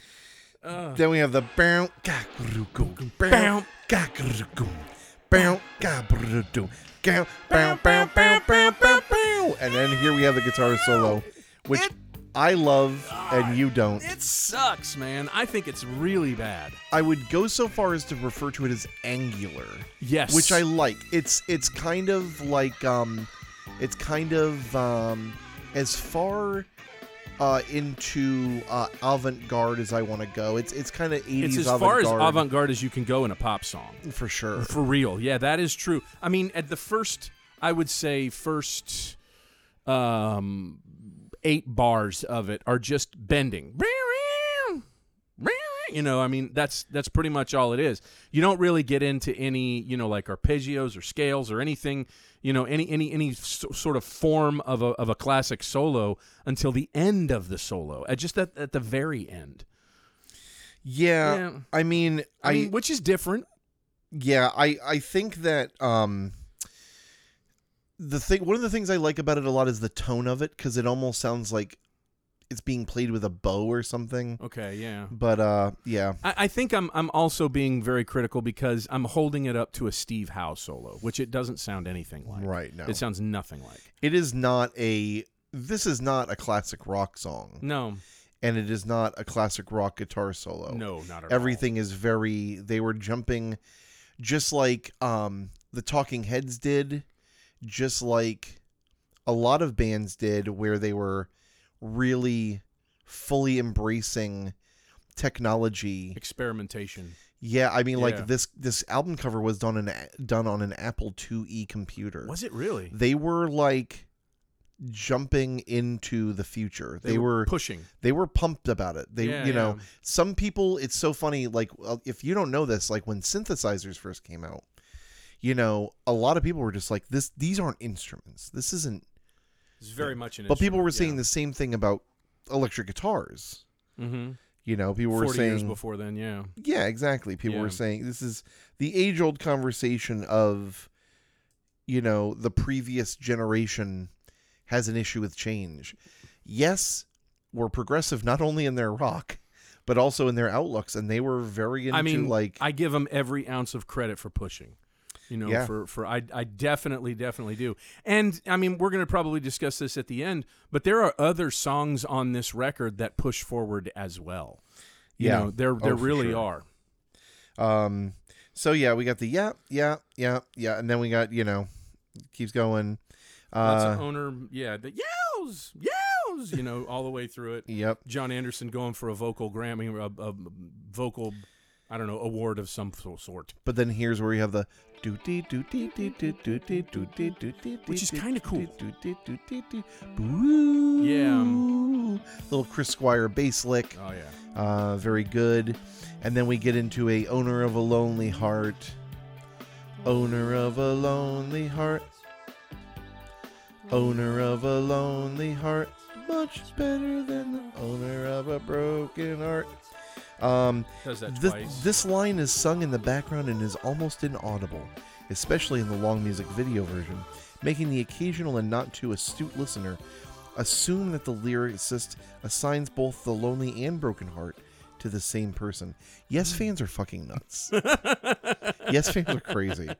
Speaker 2: then we have the bow gagarugum bow gagarugum bow gabarudum bow bow bow bow bow bow bow and then here we have the guitar solo which
Speaker 1: It-
Speaker 2: I love and you don't.
Speaker 1: It sucks, man. I think it's really bad.
Speaker 2: I would go so far as to refer to it as angular,
Speaker 1: Yes,
Speaker 2: which I like. It's it's kind of like um it's kind of um as far uh, into uh, avant-garde as I want to go. It's it's kind of 80s
Speaker 1: it's as far
Speaker 2: avant-garde
Speaker 1: as avant-garde as you can go in a pop song.
Speaker 2: for sure.
Speaker 1: For real. Yeah, that is true. I mean, at the first, I would say, first um, eight bars of it are just bending. You know, I mean, that's that's pretty much all it is. You don't really get into any, you know, like arpeggios or scales or anything, you know, any any any so, sort of form of a of a classic solo until the end of the solo, at just at, at the very end.
Speaker 2: Yeah,
Speaker 1: Yeah.
Speaker 2: I mean, I,
Speaker 1: I, mean, which is different.
Speaker 2: yeah, I I think that um the thing one of the things I like about it a lot is the tone of it cuz it almost sounds like it's being played with a bow or something.
Speaker 1: Okay, yeah.
Speaker 2: But uh yeah.
Speaker 1: I, I think I'm I'm also being very critical because I'm holding it up to a Steve Howe solo, which it doesn't sound anything like.
Speaker 2: Right now.
Speaker 1: It sounds nothing like.
Speaker 2: It is not a this is not a classic rock song
Speaker 1: No,
Speaker 2: and it is not a classic rock guitar solo.
Speaker 1: no, not at all.
Speaker 2: everything is very they were jumping just like um the talking heads did just like a lot of bands did where they were really fully embracing technology
Speaker 1: Experimentation.
Speaker 2: yeah i mean
Speaker 1: Yeah.
Speaker 2: like this this album cover was done an done on an apple iie computer
Speaker 1: Was it really?
Speaker 2: they were like jumping into the future they, were,
Speaker 1: pushing.
Speaker 2: they were pumped about it they
Speaker 1: Yeah,
Speaker 2: you know
Speaker 1: yeah.
Speaker 2: some people it's so funny like uh, if you don't know this like when synthesizers first came out you know a lot of people were just like this these aren't instruments this isn't
Speaker 1: It's very much an.
Speaker 2: but people were saying
Speaker 1: instrument,
Speaker 2: the same thing about electric guitars
Speaker 1: yeah. Mhm.
Speaker 2: you know people were
Speaker 1: Forty years
Speaker 2: saying
Speaker 1: before then, yeah.
Speaker 2: yeah exactly people
Speaker 1: Yeah.
Speaker 2: were saying this is the age old conversation of you know the previous generation has an issue with change yes we're progressive not only in their rock but also in their outlooks and they were very into
Speaker 1: I mean,
Speaker 2: like
Speaker 1: I give them every ounce of credit for pushing. You know,
Speaker 2: Yeah.
Speaker 1: for for I I definitely definitely do. And I mean, we're going to probably discuss this at the end, but there are other songs on this record that push forward as well. You
Speaker 2: Yeah. Oh,
Speaker 1: know, there there
Speaker 2: for
Speaker 1: really
Speaker 2: sure.
Speaker 1: are.
Speaker 2: Um, so yeah, we got the yeah, yeah, yeah, yeah, and then we got you know, keeps going.
Speaker 1: That's
Speaker 2: Uh,
Speaker 1: an owner, yeah, that yells, yells, you know, all the way through it.
Speaker 2: yep.
Speaker 1: John Anderson going for a vocal Grammy, a, a vocal I don't know, award of some so- sort.
Speaker 2: But then here's where you have the do dee do dee dee do do dee do dee do dee
Speaker 1: Which is kinda cool.
Speaker 2: cool.
Speaker 1: Yeah,
Speaker 2: Little Chris Squire bass lick,
Speaker 1: Oh yeah.
Speaker 2: uh, very good. And then we get into a owner of a lonely heart. Owner of a lonely heart. Owner of a lonely heart. Much better than the owner of a broken heart. Um,
Speaker 1: Does that
Speaker 2: Thi-
Speaker 1: twice.
Speaker 2: this line is sung in the background and is almost inaudible, especially in the long music video version, making the occasional and not too astute listener assume that the lyricist assigns both the lonely and broken heart to the same person. Yes, fans are fucking nuts. yes, fans are crazy.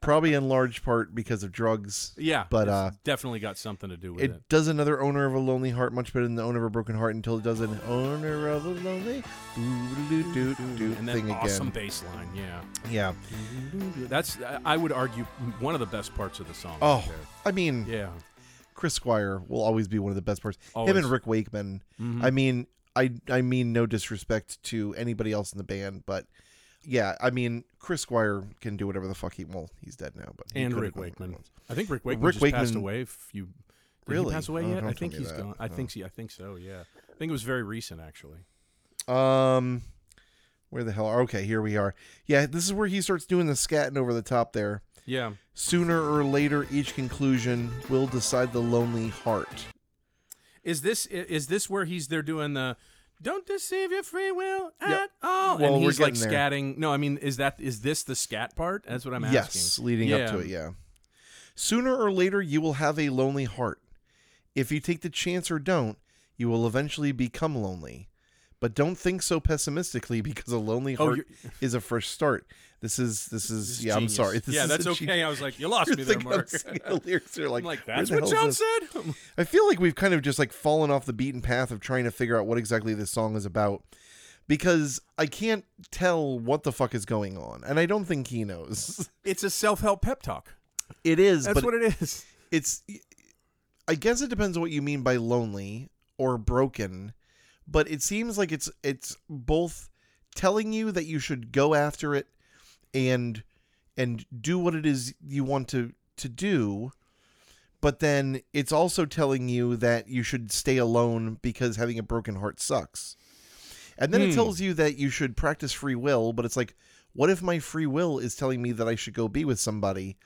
Speaker 2: Probably in large part because of drugs.
Speaker 1: yeah.
Speaker 2: but,
Speaker 1: it's
Speaker 2: uh,
Speaker 1: definitely got something to do with it.
Speaker 2: It does another owner of a lonely heart much better than the owner of a broken heart until it does an owner of a lonely doo-doo-doo-doo
Speaker 1: And
Speaker 2: thing
Speaker 1: that
Speaker 2: again.
Speaker 1: awesome bass line, yeah.
Speaker 2: Yeah.
Speaker 1: That's I- I would argue one of the best parts of the song.
Speaker 2: Oh,
Speaker 1: right there.
Speaker 2: I mean,
Speaker 1: yeah.
Speaker 2: Chris Squire will always be one of the best parts.
Speaker 1: Always. Mm-hmm.
Speaker 2: Him and Rick Wakeman. I mean, I I mean no disrespect to anybody else in the band, but yeah, I mean Chris Squire can do whatever the fuck he well he's dead now, but he
Speaker 1: And
Speaker 2: could've
Speaker 1: Rick
Speaker 2: done
Speaker 1: Wakeman.
Speaker 2: once.
Speaker 1: I think Rick Wakeman
Speaker 2: Rick
Speaker 1: just passed
Speaker 2: Wakeman-
Speaker 1: away. If you did he
Speaker 2: Really?
Speaker 1: pass away
Speaker 2: Oh,
Speaker 1: yet?
Speaker 2: don't
Speaker 1: I
Speaker 2: tell
Speaker 1: think
Speaker 2: me
Speaker 1: he's
Speaker 2: that. Oh.
Speaker 1: gone. I
Speaker 2: No.
Speaker 1: think he, I think so. Yeah. I think it was very recent actually.
Speaker 2: Um, where the hell? Are, okay, here we are. Yeah, this is where he starts doing the scatting over the top there.
Speaker 1: Yeah.
Speaker 2: Sooner or later, each conclusion will decide the lonely heart.
Speaker 1: Is this i- is this where he's there doing the don't deceive your free will
Speaker 2: Yep.
Speaker 1: at all?
Speaker 2: Well,
Speaker 1: and
Speaker 2: we're
Speaker 1: he's like
Speaker 2: getting there.
Speaker 1: scatting. No, I mean, is that is this the scat part? That's what I'm asking.
Speaker 2: Yes, leading up to
Speaker 1: Yeah.
Speaker 2: it, yeah. Sooner or later, you will have a lonely heart. If you take the chance or don't, you will eventually become lonely. But don't think so pessimistically because a lonely
Speaker 1: Oh,
Speaker 2: heart
Speaker 1: you're-
Speaker 2: is a fresh start. This is this is
Speaker 1: This is
Speaker 2: yeah.
Speaker 1: genius.
Speaker 2: I'm sorry. This
Speaker 1: yeah,
Speaker 2: is
Speaker 1: that's
Speaker 2: a
Speaker 1: okay.
Speaker 2: genius-
Speaker 1: I was like, you lost
Speaker 2: You're
Speaker 1: me there,
Speaker 2: thinking I'm
Speaker 1: Mark.
Speaker 2: singing the lyrics are like,
Speaker 1: I'm like,
Speaker 2: where
Speaker 1: that's
Speaker 2: the
Speaker 1: what
Speaker 2: hell is
Speaker 1: John
Speaker 2: this?"
Speaker 1: said.
Speaker 2: I feel like we've kind of just like fallen off the beaten path of trying to figure out what exactly this song is about because I can't tell what the fuck is going on, and I don't think he knows.
Speaker 1: It's a self help pep talk.
Speaker 2: It is,
Speaker 1: That's
Speaker 2: but
Speaker 1: what it is.
Speaker 2: it's i guess it depends on what you mean by lonely or broken but it seems like it's it's both telling you that you should go after it and and do what it is you want to to do but then it's also telling you that you should stay alone because having a broken heart sucks and then it
Speaker 1: Hmm.
Speaker 2: tells you that you should practice free will but it's like what if my free will is telling me that i should go be with somebody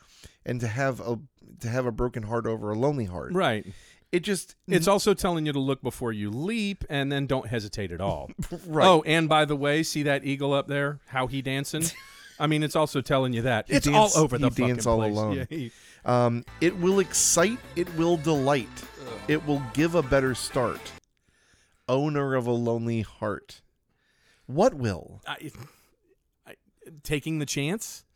Speaker 2: and to have a to have a broken heart over a lonely heart
Speaker 1: Right.
Speaker 2: it just
Speaker 1: It's also telling you to look before you leap and then don't hesitate at all.
Speaker 2: right
Speaker 1: Oh, and by the way, see that eagle up there? How he dancing? I mean, it's also telling you that. it's
Speaker 2: dance-
Speaker 1: all over the
Speaker 2: he dance
Speaker 1: fucking
Speaker 2: all
Speaker 1: place.
Speaker 2: alone.
Speaker 1: Yeah, he-
Speaker 2: Um, it will excite, it will delight, it will give a better start. Owner of a lonely heart. What will?
Speaker 1: I, I, taking the chance?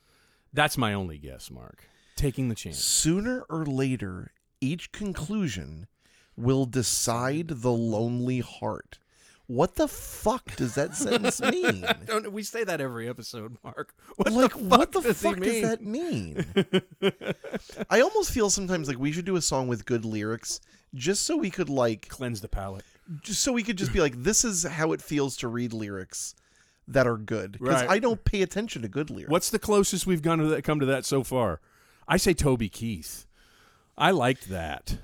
Speaker 1: That's my only guess, Mark. Taking the chance.
Speaker 2: Sooner or later, each conclusion will decide the lonely heart. What the fuck does that sentence mean?
Speaker 1: Don't we say that every episode, Mark? What
Speaker 2: like
Speaker 1: the fuck
Speaker 2: what the
Speaker 1: does he
Speaker 2: fuck does
Speaker 1: mean?
Speaker 2: that mean? I almost feel sometimes like we should do a song with good lyrics just so we could like
Speaker 1: Cleanse the palate.
Speaker 2: just so we could just be like, this is how it feels to read lyrics that are good. Because
Speaker 1: Right.
Speaker 2: I don't pay attention to good lyrics.
Speaker 1: What's the closest we've gone to that, come to that so far? I say Toby Keith. I liked that.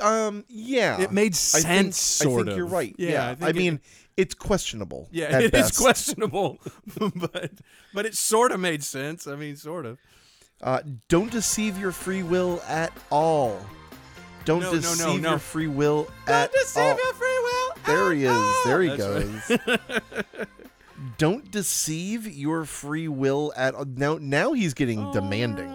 Speaker 2: Um, yeah,
Speaker 1: It made
Speaker 2: I think-
Speaker 1: sense,
Speaker 2: I
Speaker 1: sort
Speaker 2: think you're
Speaker 1: of.
Speaker 2: right.
Speaker 1: Yeah,
Speaker 2: Yeah,
Speaker 1: I
Speaker 2: I,
Speaker 1: think it-
Speaker 2: mean, it's questionable.
Speaker 1: Yeah,
Speaker 2: at
Speaker 1: it is
Speaker 2: best.
Speaker 1: questionable, but but it sort of made sense. I mean, sort of.
Speaker 2: uh, don't deceive your free will at all. Don't
Speaker 1: No, no, no,
Speaker 2: deceive
Speaker 1: no.
Speaker 2: your free will at all.
Speaker 1: free will.
Speaker 2: There he is. There he
Speaker 1: That's
Speaker 2: goes. Don't deceive your free will at all. Now, now he's getting demanding.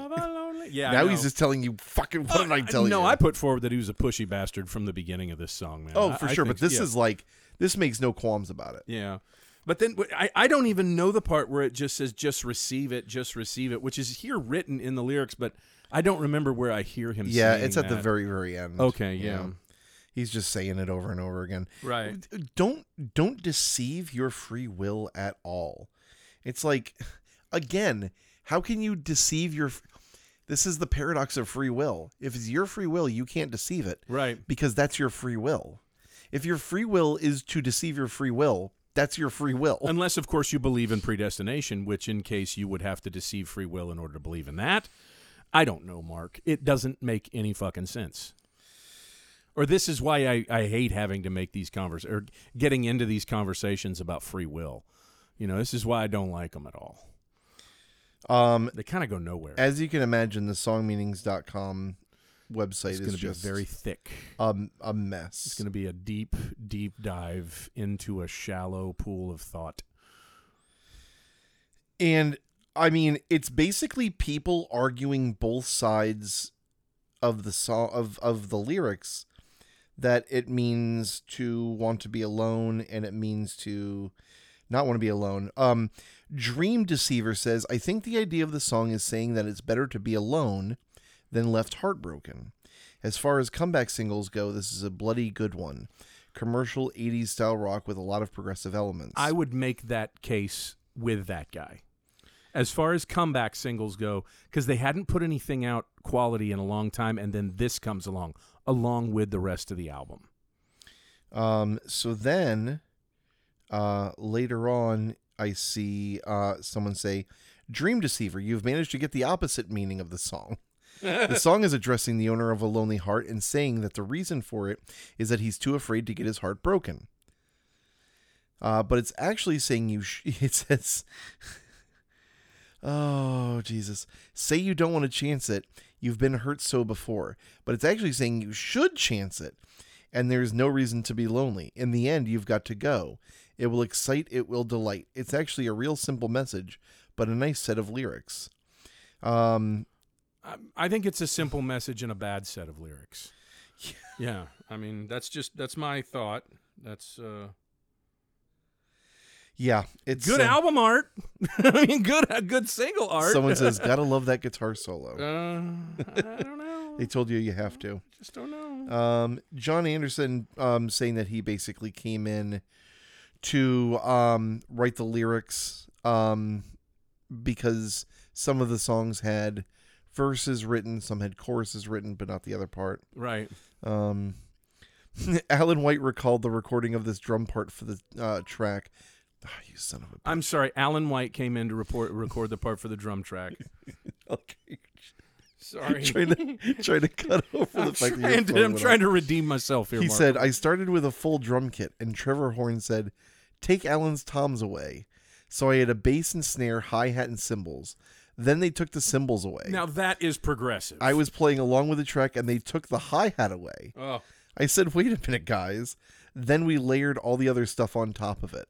Speaker 1: Yeah. I
Speaker 2: now
Speaker 1: know.
Speaker 2: he's just telling you, "Fucking what did I tell you?"
Speaker 1: No, I put forward that he was a pushy bastard from the beginning of this song, man.
Speaker 2: Oh,
Speaker 1: I-
Speaker 2: for
Speaker 1: I
Speaker 2: sure.
Speaker 1: think-
Speaker 2: But this
Speaker 1: yeah,
Speaker 2: is like this makes no qualms about it.
Speaker 1: yeah. But then wh- I, I don't even know the part where it just says just receive it, just receive it, which is here written in the lyrics, but I don't remember where I hear him.
Speaker 2: Yeah,
Speaker 1: saying
Speaker 2: it's at the
Speaker 1: that.
Speaker 2: very, very end.
Speaker 1: Okay, yeah,
Speaker 2: He's just saying it over and over again.
Speaker 1: right.
Speaker 2: Don't don't deceive your free will at all. It's like again, how can you deceive your f- This is the paradox of free will. If it's your free will, you can't deceive it
Speaker 1: Right.
Speaker 2: because that's your free will. If your free will is to deceive your free will, that's your free will.
Speaker 1: Unless, of course, you believe in predestination, which in case you would have to deceive free will in order to believe in that. I don't know, Mark. It doesn't make any fucking sense. Or this is why I, I hate having to make these convers or getting into these conversations about free will. You know, this is why I don't like them at all.
Speaker 2: Um,
Speaker 1: They kind of go nowhere.
Speaker 2: as you can imagine, the songmeanings.com website
Speaker 1: it's
Speaker 2: is
Speaker 1: going to be
Speaker 2: just
Speaker 1: very thick.
Speaker 2: um, a mess.
Speaker 1: It's going to be a deep, deep dive into a shallow pool of thought.
Speaker 2: And I mean, it's basically people arguing both sides of the song of of the lyrics that it means to want to be alone and it means to not want to be alone. Um Dream Deceiver says, "I think the idea of the song is saying that it's better to be alone than left heartbroken. As far as comeback singles go, this is a bloody good one. Commercial 80s style rock with a lot of progressive elements."
Speaker 1: I would make that case with that guy. As far as comeback singles go, because they hadn't put anything out quality in a long time, and then this comes along, along with the rest of the album.
Speaker 2: Um, so then uh, later on, I see uh, someone say, Dream Deceiver, you've managed to get the opposite meaning of the song. the song is addressing the owner of a lonely heart and saying that the reason for it is that he's too afraid to get his heart broken. Uh, but it's actually saying you, sh- it says, Oh, Jesus. Say you don't want to chance it. You've been hurt so before. But it's actually saying you should chance it. And there is no reason to be lonely. In the end, you've got to go. It will excite, it will delight. It's actually a real simple message, but a nice set of lyrics. Um,
Speaker 1: I, I think it's a simple message and a bad set of lyrics. Yeah, I mean that's just that's my thought. That's uh,
Speaker 2: yeah, it's
Speaker 1: good
Speaker 2: uh,
Speaker 1: album art. I mean, good good single art.
Speaker 2: Someone says, Gotta love that guitar solo.
Speaker 1: Uh, I don't know.
Speaker 2: They told you you have to.
Speaker 1: just don't know.
Speaker 2: Um, John Anderson um, saying that he basically came in to um, write the lyrics um, because some of the songs had verses written, some had choruses written, but not the other part.
Speaker 1: right.
Speaker 2: Um, Alan White recalled the recording of this drum part for the uh, track. Ah, you son of a
Speaker 1: I'm sorry. Alan White came in to report record the part for the drum track.
Speaker 2: okay.
Speaker 1: Sorry.
Speaker 2: trying to trying to cut over the
Speaker 1: I'm
Speaker 2: fact
Speaker 1: trying,
Speaker 2: that
Speaker 1: to,
Speaker 2: you're
Speaker 1: I'm trying to redeem myself here.
Speaker 2: He
Speaker 1: Mark.
Speaker 2: said, I started with a full drum kit, and Trevor Horn said, Take Alan's toms away. So I had a bass and snare, hi hat, and cymbals. Then they took the cymbals away.
Speaker 1: "Now that is progressive."
Speaker 2: I was playing along with the track, and they took the hi hat away.
Speaker 1: Oh,
Speaker 2: I said, Wait a minute, guys. Then we layered all the other stuff on top of it.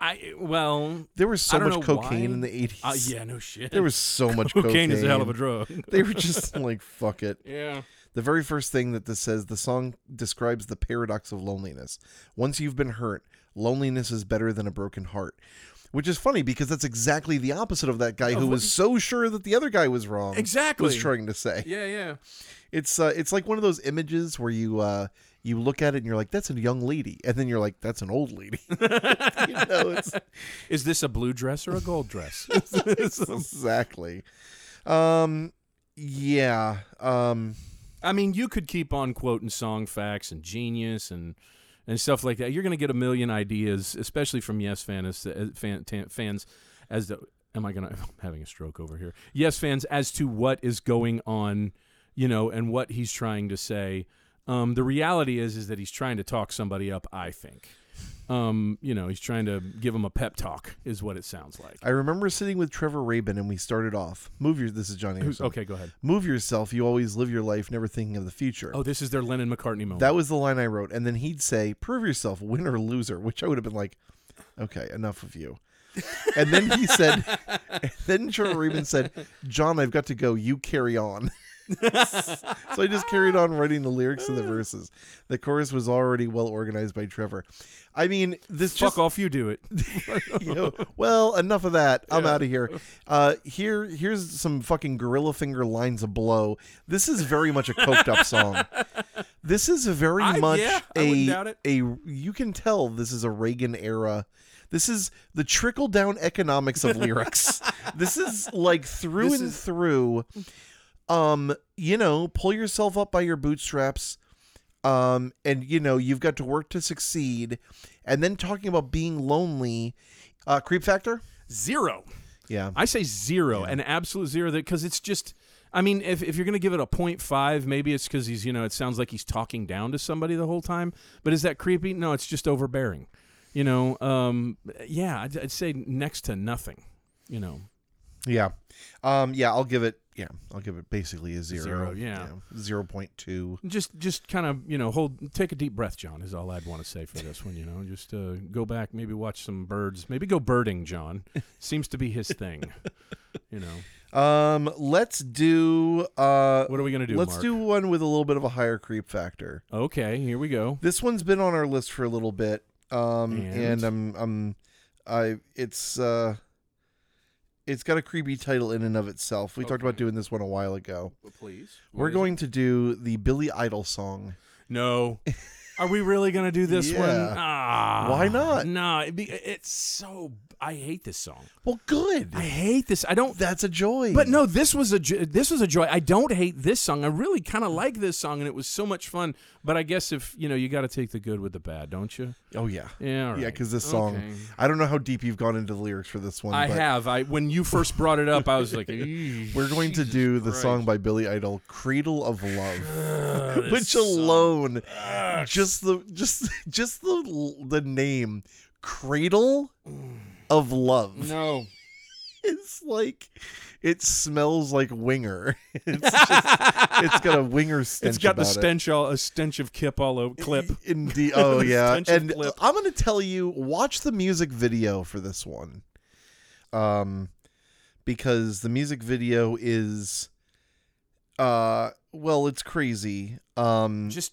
Speaker 1: I well,
Speaker 2: There was so
Speaker 1: I don't
Speaker 2: much
Speaker 1: know
Speaker 2: cocaine
Speaker 1: why.
Speaker 2: in the 80s.
Speaker 1: uh, yeah, no shit.
Speaker 2: There was so much cocaine.
Speaker 1: cocaine, is a hell of a drug.
Speaker 2: They were just like, fuck it.
Speaker 1: yeah.
Speaker 2: The very first thing that this says, the song describes the paradox of loneliness. Once you've been hurt, loneliness is better than a broken heart. Which is funny because that's exactly the opposite of that guy who was so sure that the other guy was wrong.
Speaker 1: Exactly.
Speaker 2: Was trying to say.
Speaker 1: Yeah, yeah.
Speaker 2: It's uh, it's like one of those images where you uh, you look at it and you're like, that's a young lady, and then you're like, that's an old lady. you know, it's
Speaker 1: Is this a blue dress or a gold dress?
Speaker 2: exactly. Um, yeah. Um,
Speaker 1: I mean, you could keep on quoting song facts and genius and and stuff like that. You're going to get a million ideas, especially from Yes fan, as, uh, fan, tan- fans. As the am I going to I'm having a stroke over here? Yes fans, as to what is going on, you know, and what he's trying to say. Um, the reality is, is that he's trying to talk somebody up. I think, um, you know, he's trying to give him a pep talk, is what it sounds like.
Speaker 2: I remember sitting with Trevor Rabin and we started off. Move your. This is Johnny.
Speaker 1: Who's- okay, go ahead.
Speaker 2: Move yourself, you always live your life, never thinking of the future.
Speaker 1: Oh, this is their Lennon McCartney moment.
Speaker 2: That was the line I wrote. And then he'd say, Prove yourself, winner or loser, which I would have been like, Okay, enough of you. And then he said, and Then Trevor Reeman said, John, I've got to go. You carry on. so I just carried on writing the lyrics and the verses. The chorus was already well organized by Trevor. I mean, this
Speaker 1: Fuck
Speaker 2: just
Speaker 1: off, you do it.
Speaker 2: you know, well, enough of that. I'm out of here. Uh, here, here's some fucking gorilla finger lines of blow. This is very much a coked up song. This is very
Speaker 1: I-
Speaker 2: much
Speaker 1: yeah, I wouldn't
Speaker 2: a
Speaker 1: doubt it.
Speaker 2: a. You can tell this is a Reagan era. This is the trickle down economics of lyrics. this is like through
Speaker 1: This
Speaker 2: and
Speaker 1: is-
Speaker 2: through. Um, you know, pull yourself up by your bootstraps. um, and you know you've got to work to succeed, and then talking about being lonely, uh, creep factor.
Speaker 1: Zero.
Speaker 2: Yeah,
Speaker 1: I say zero, an absolute zero, that because it's just. I mean, if, if you're going to give it a 0.5, maybe it's because he's, you know, it sounds like he's talking down to somebody the whole time. But is that creepy? No, it's just overbearing. You know, um, yeah, I'd, I'd say next to nothing. You know,
Speaker 2: yeah, um, yeah. I'll give it. Yeah, I'll give it basically a zero.
Speaker 1: Zero, yeah.
Speaker 2: zero point two.
Speaker 1: just just kind of you know hold take a deep breath, John is all I'd want to say for this one. You know, just uh, go back, maybe watch some birds, maybe go birding. John seems to be his thing. you know,
Speaker 2: Um, let's do. Uh,
Speaker 1: what are we gonna do?
Speaker 2: let's
Speaker 1: Mark?
Speaker 2: do one with a little bit of a higher creep factor.
Speaker 1: Okay, here we go.
Speaker 2: This one's been on our list for a little bit, um,
Speaker 1: And?
Speaker 2: and, I'm, I'm, I, it's, uh, it's got a creepy title in and of itself. We talked
Speaker 1: Okay.
Speaker 2: about doing this one a while ago.
Speaker 1: Please,
Speaker 2: We're going to do the Billy Idol song.
Speaker 1: No. Are we really gonna do this
Speaker 2: Yeah.
Speaker 1: one? Ah,
Speaker 2: Why not?
Speaker 1: No, it be, it's so. I hate this song.
Speaker 2: Well, good.
Speaker 1: I hate this. I don't.
Speaker 2: That's a joy.
Speaker 1: But no, this was a jo- this was a joy. I don't hate this song. I really kind of like this song, and it was so much fun. But I guess if you know, you got to take the good with the bad, don't you?
Speaker 2: Oh yeah.
Speaker 1: Yeah, all right.
Speaker 2: Yeah, because this song.
Speaker 1: Okay.
Speaker 2: I don't know how deep you've gone into the lyrics for this one.
Speaker 1: I
Speaker 2: but
Speaker 1: have. I when you first brought it up, I was like, "Eesh,
Speaker 2: We're going to do the
Speaker 1: Christ.
Speaker 2: song by Billy Idol, "Cradle of Love,"
Speaker 1: this
Speaker 2: which
Speaker 1: song
Speaker 2: alone,
Speaker 1: sucks."
Speaker 2: just the just just the the name, "Cradle of Love."
Speaker 1: no.
Speaker 2: It's like it smells like winger. It's just, it's got a winger stench.
Speaker 1: it's got the
Speaker 2: about it.
Speaker 1: stench all a stench of Kip all over clip.
Speaker 2: Indeed. Oh yeah.
Speaker 1: Stench of
Speaker 2: And
Speaker 1: clip.
Speaker 2: I'm gonna tell you, watch the music video for this one. Um because the music video is uh well, it's crazy. Um
Speaker 1: Just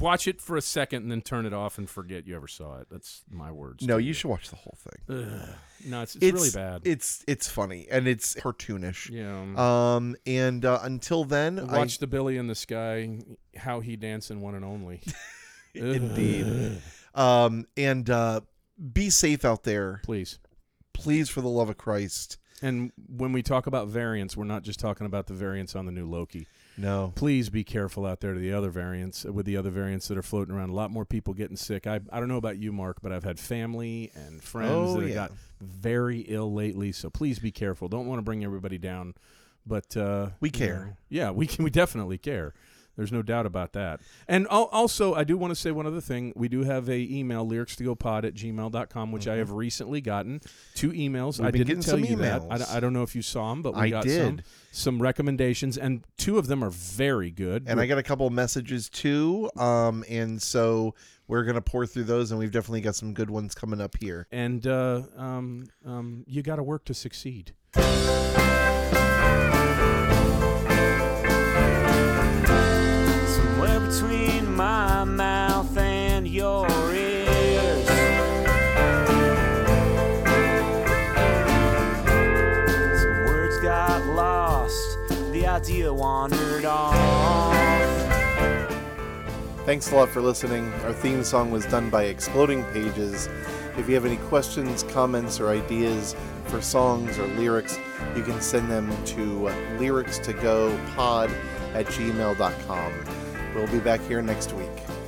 Speaker 1: watch it for a second and then turn it off and forget you ever saw it. That's my words.
Speaker 2: no,
Speaker 1: to
Speaker 2: you should watch the whole thing.
Speaker 1: Ugh. No, it's, it's,
Speaker 2: It's,
Speaker 1: really bad.
Speaker 2: It's it's funny and it's cartoonish.
Speaker 1: yeah.
Speaker 2: Um and uh, until then I-
Speaker 1: Watch the Billy in the Sky, how he dancing one and only.
Speaker 2: indeed. um and uh be safe out there.
Speaker 1: Please.
Speaker 2: Please for the love of Christ.
Speaker 1: And when we talk about variants, we're not just talking about the variants on the new Loki.
Speaker 2: No.
Speaker 1: Please be careful out there to the other variants with the other variants that are floating around. A lot more people getting sick. I, I don't know about you, Mark, but I've had family and friends
Speaker 2: Oh,
Speaker 1: that have
Speaker 2: yeah.
Speaker 1: got very ill lately. So please be careful. Don't want to bring everybody down, but uh,
Speaker 2: We
Speaker 1: you
Speaker 2: care.
Speaker 1: know, yeah, we can. We definitely care. There's no doubt about that. And al- also, I do want to say one other thing. We do have a email, lyrics to go pod at gmail.com, which I have recently gotten two emails.
Speaker 2: Mm-hmm. We've
Speaker 1: I
Speaker 2: been
Speaker 1: didn't
Speaker 2: getting
Speaker 1: tell
Speaker 2: some
Speaker 1: you that. I,
Speaker 2: emails.
Speaker 1: d- I don't know if you saw them, but we
Speaker 2: I
Speaker 1: got some
Speaker 2: did.
Speaker 1: some recommendations, and two of them are very good.
Speaker 2: and I got a couple of messages too. Um, and so we're gonna pour through those, and we've definitely got some good ones coming up here.
Speaker 1: and uh, um, um, you got to work to succeed.
Speaker 3: Somewhere between my mouth and your ears. Some words got lost, the idea wandered off.
Speaker 2: Thanks a lot for listening. Our theme song was done by Exploding Pages. If you have any questions, comments, or ideas for songs or lyrics, you can send them to lyrics to go pod at gmail.com. We'll be back here next week.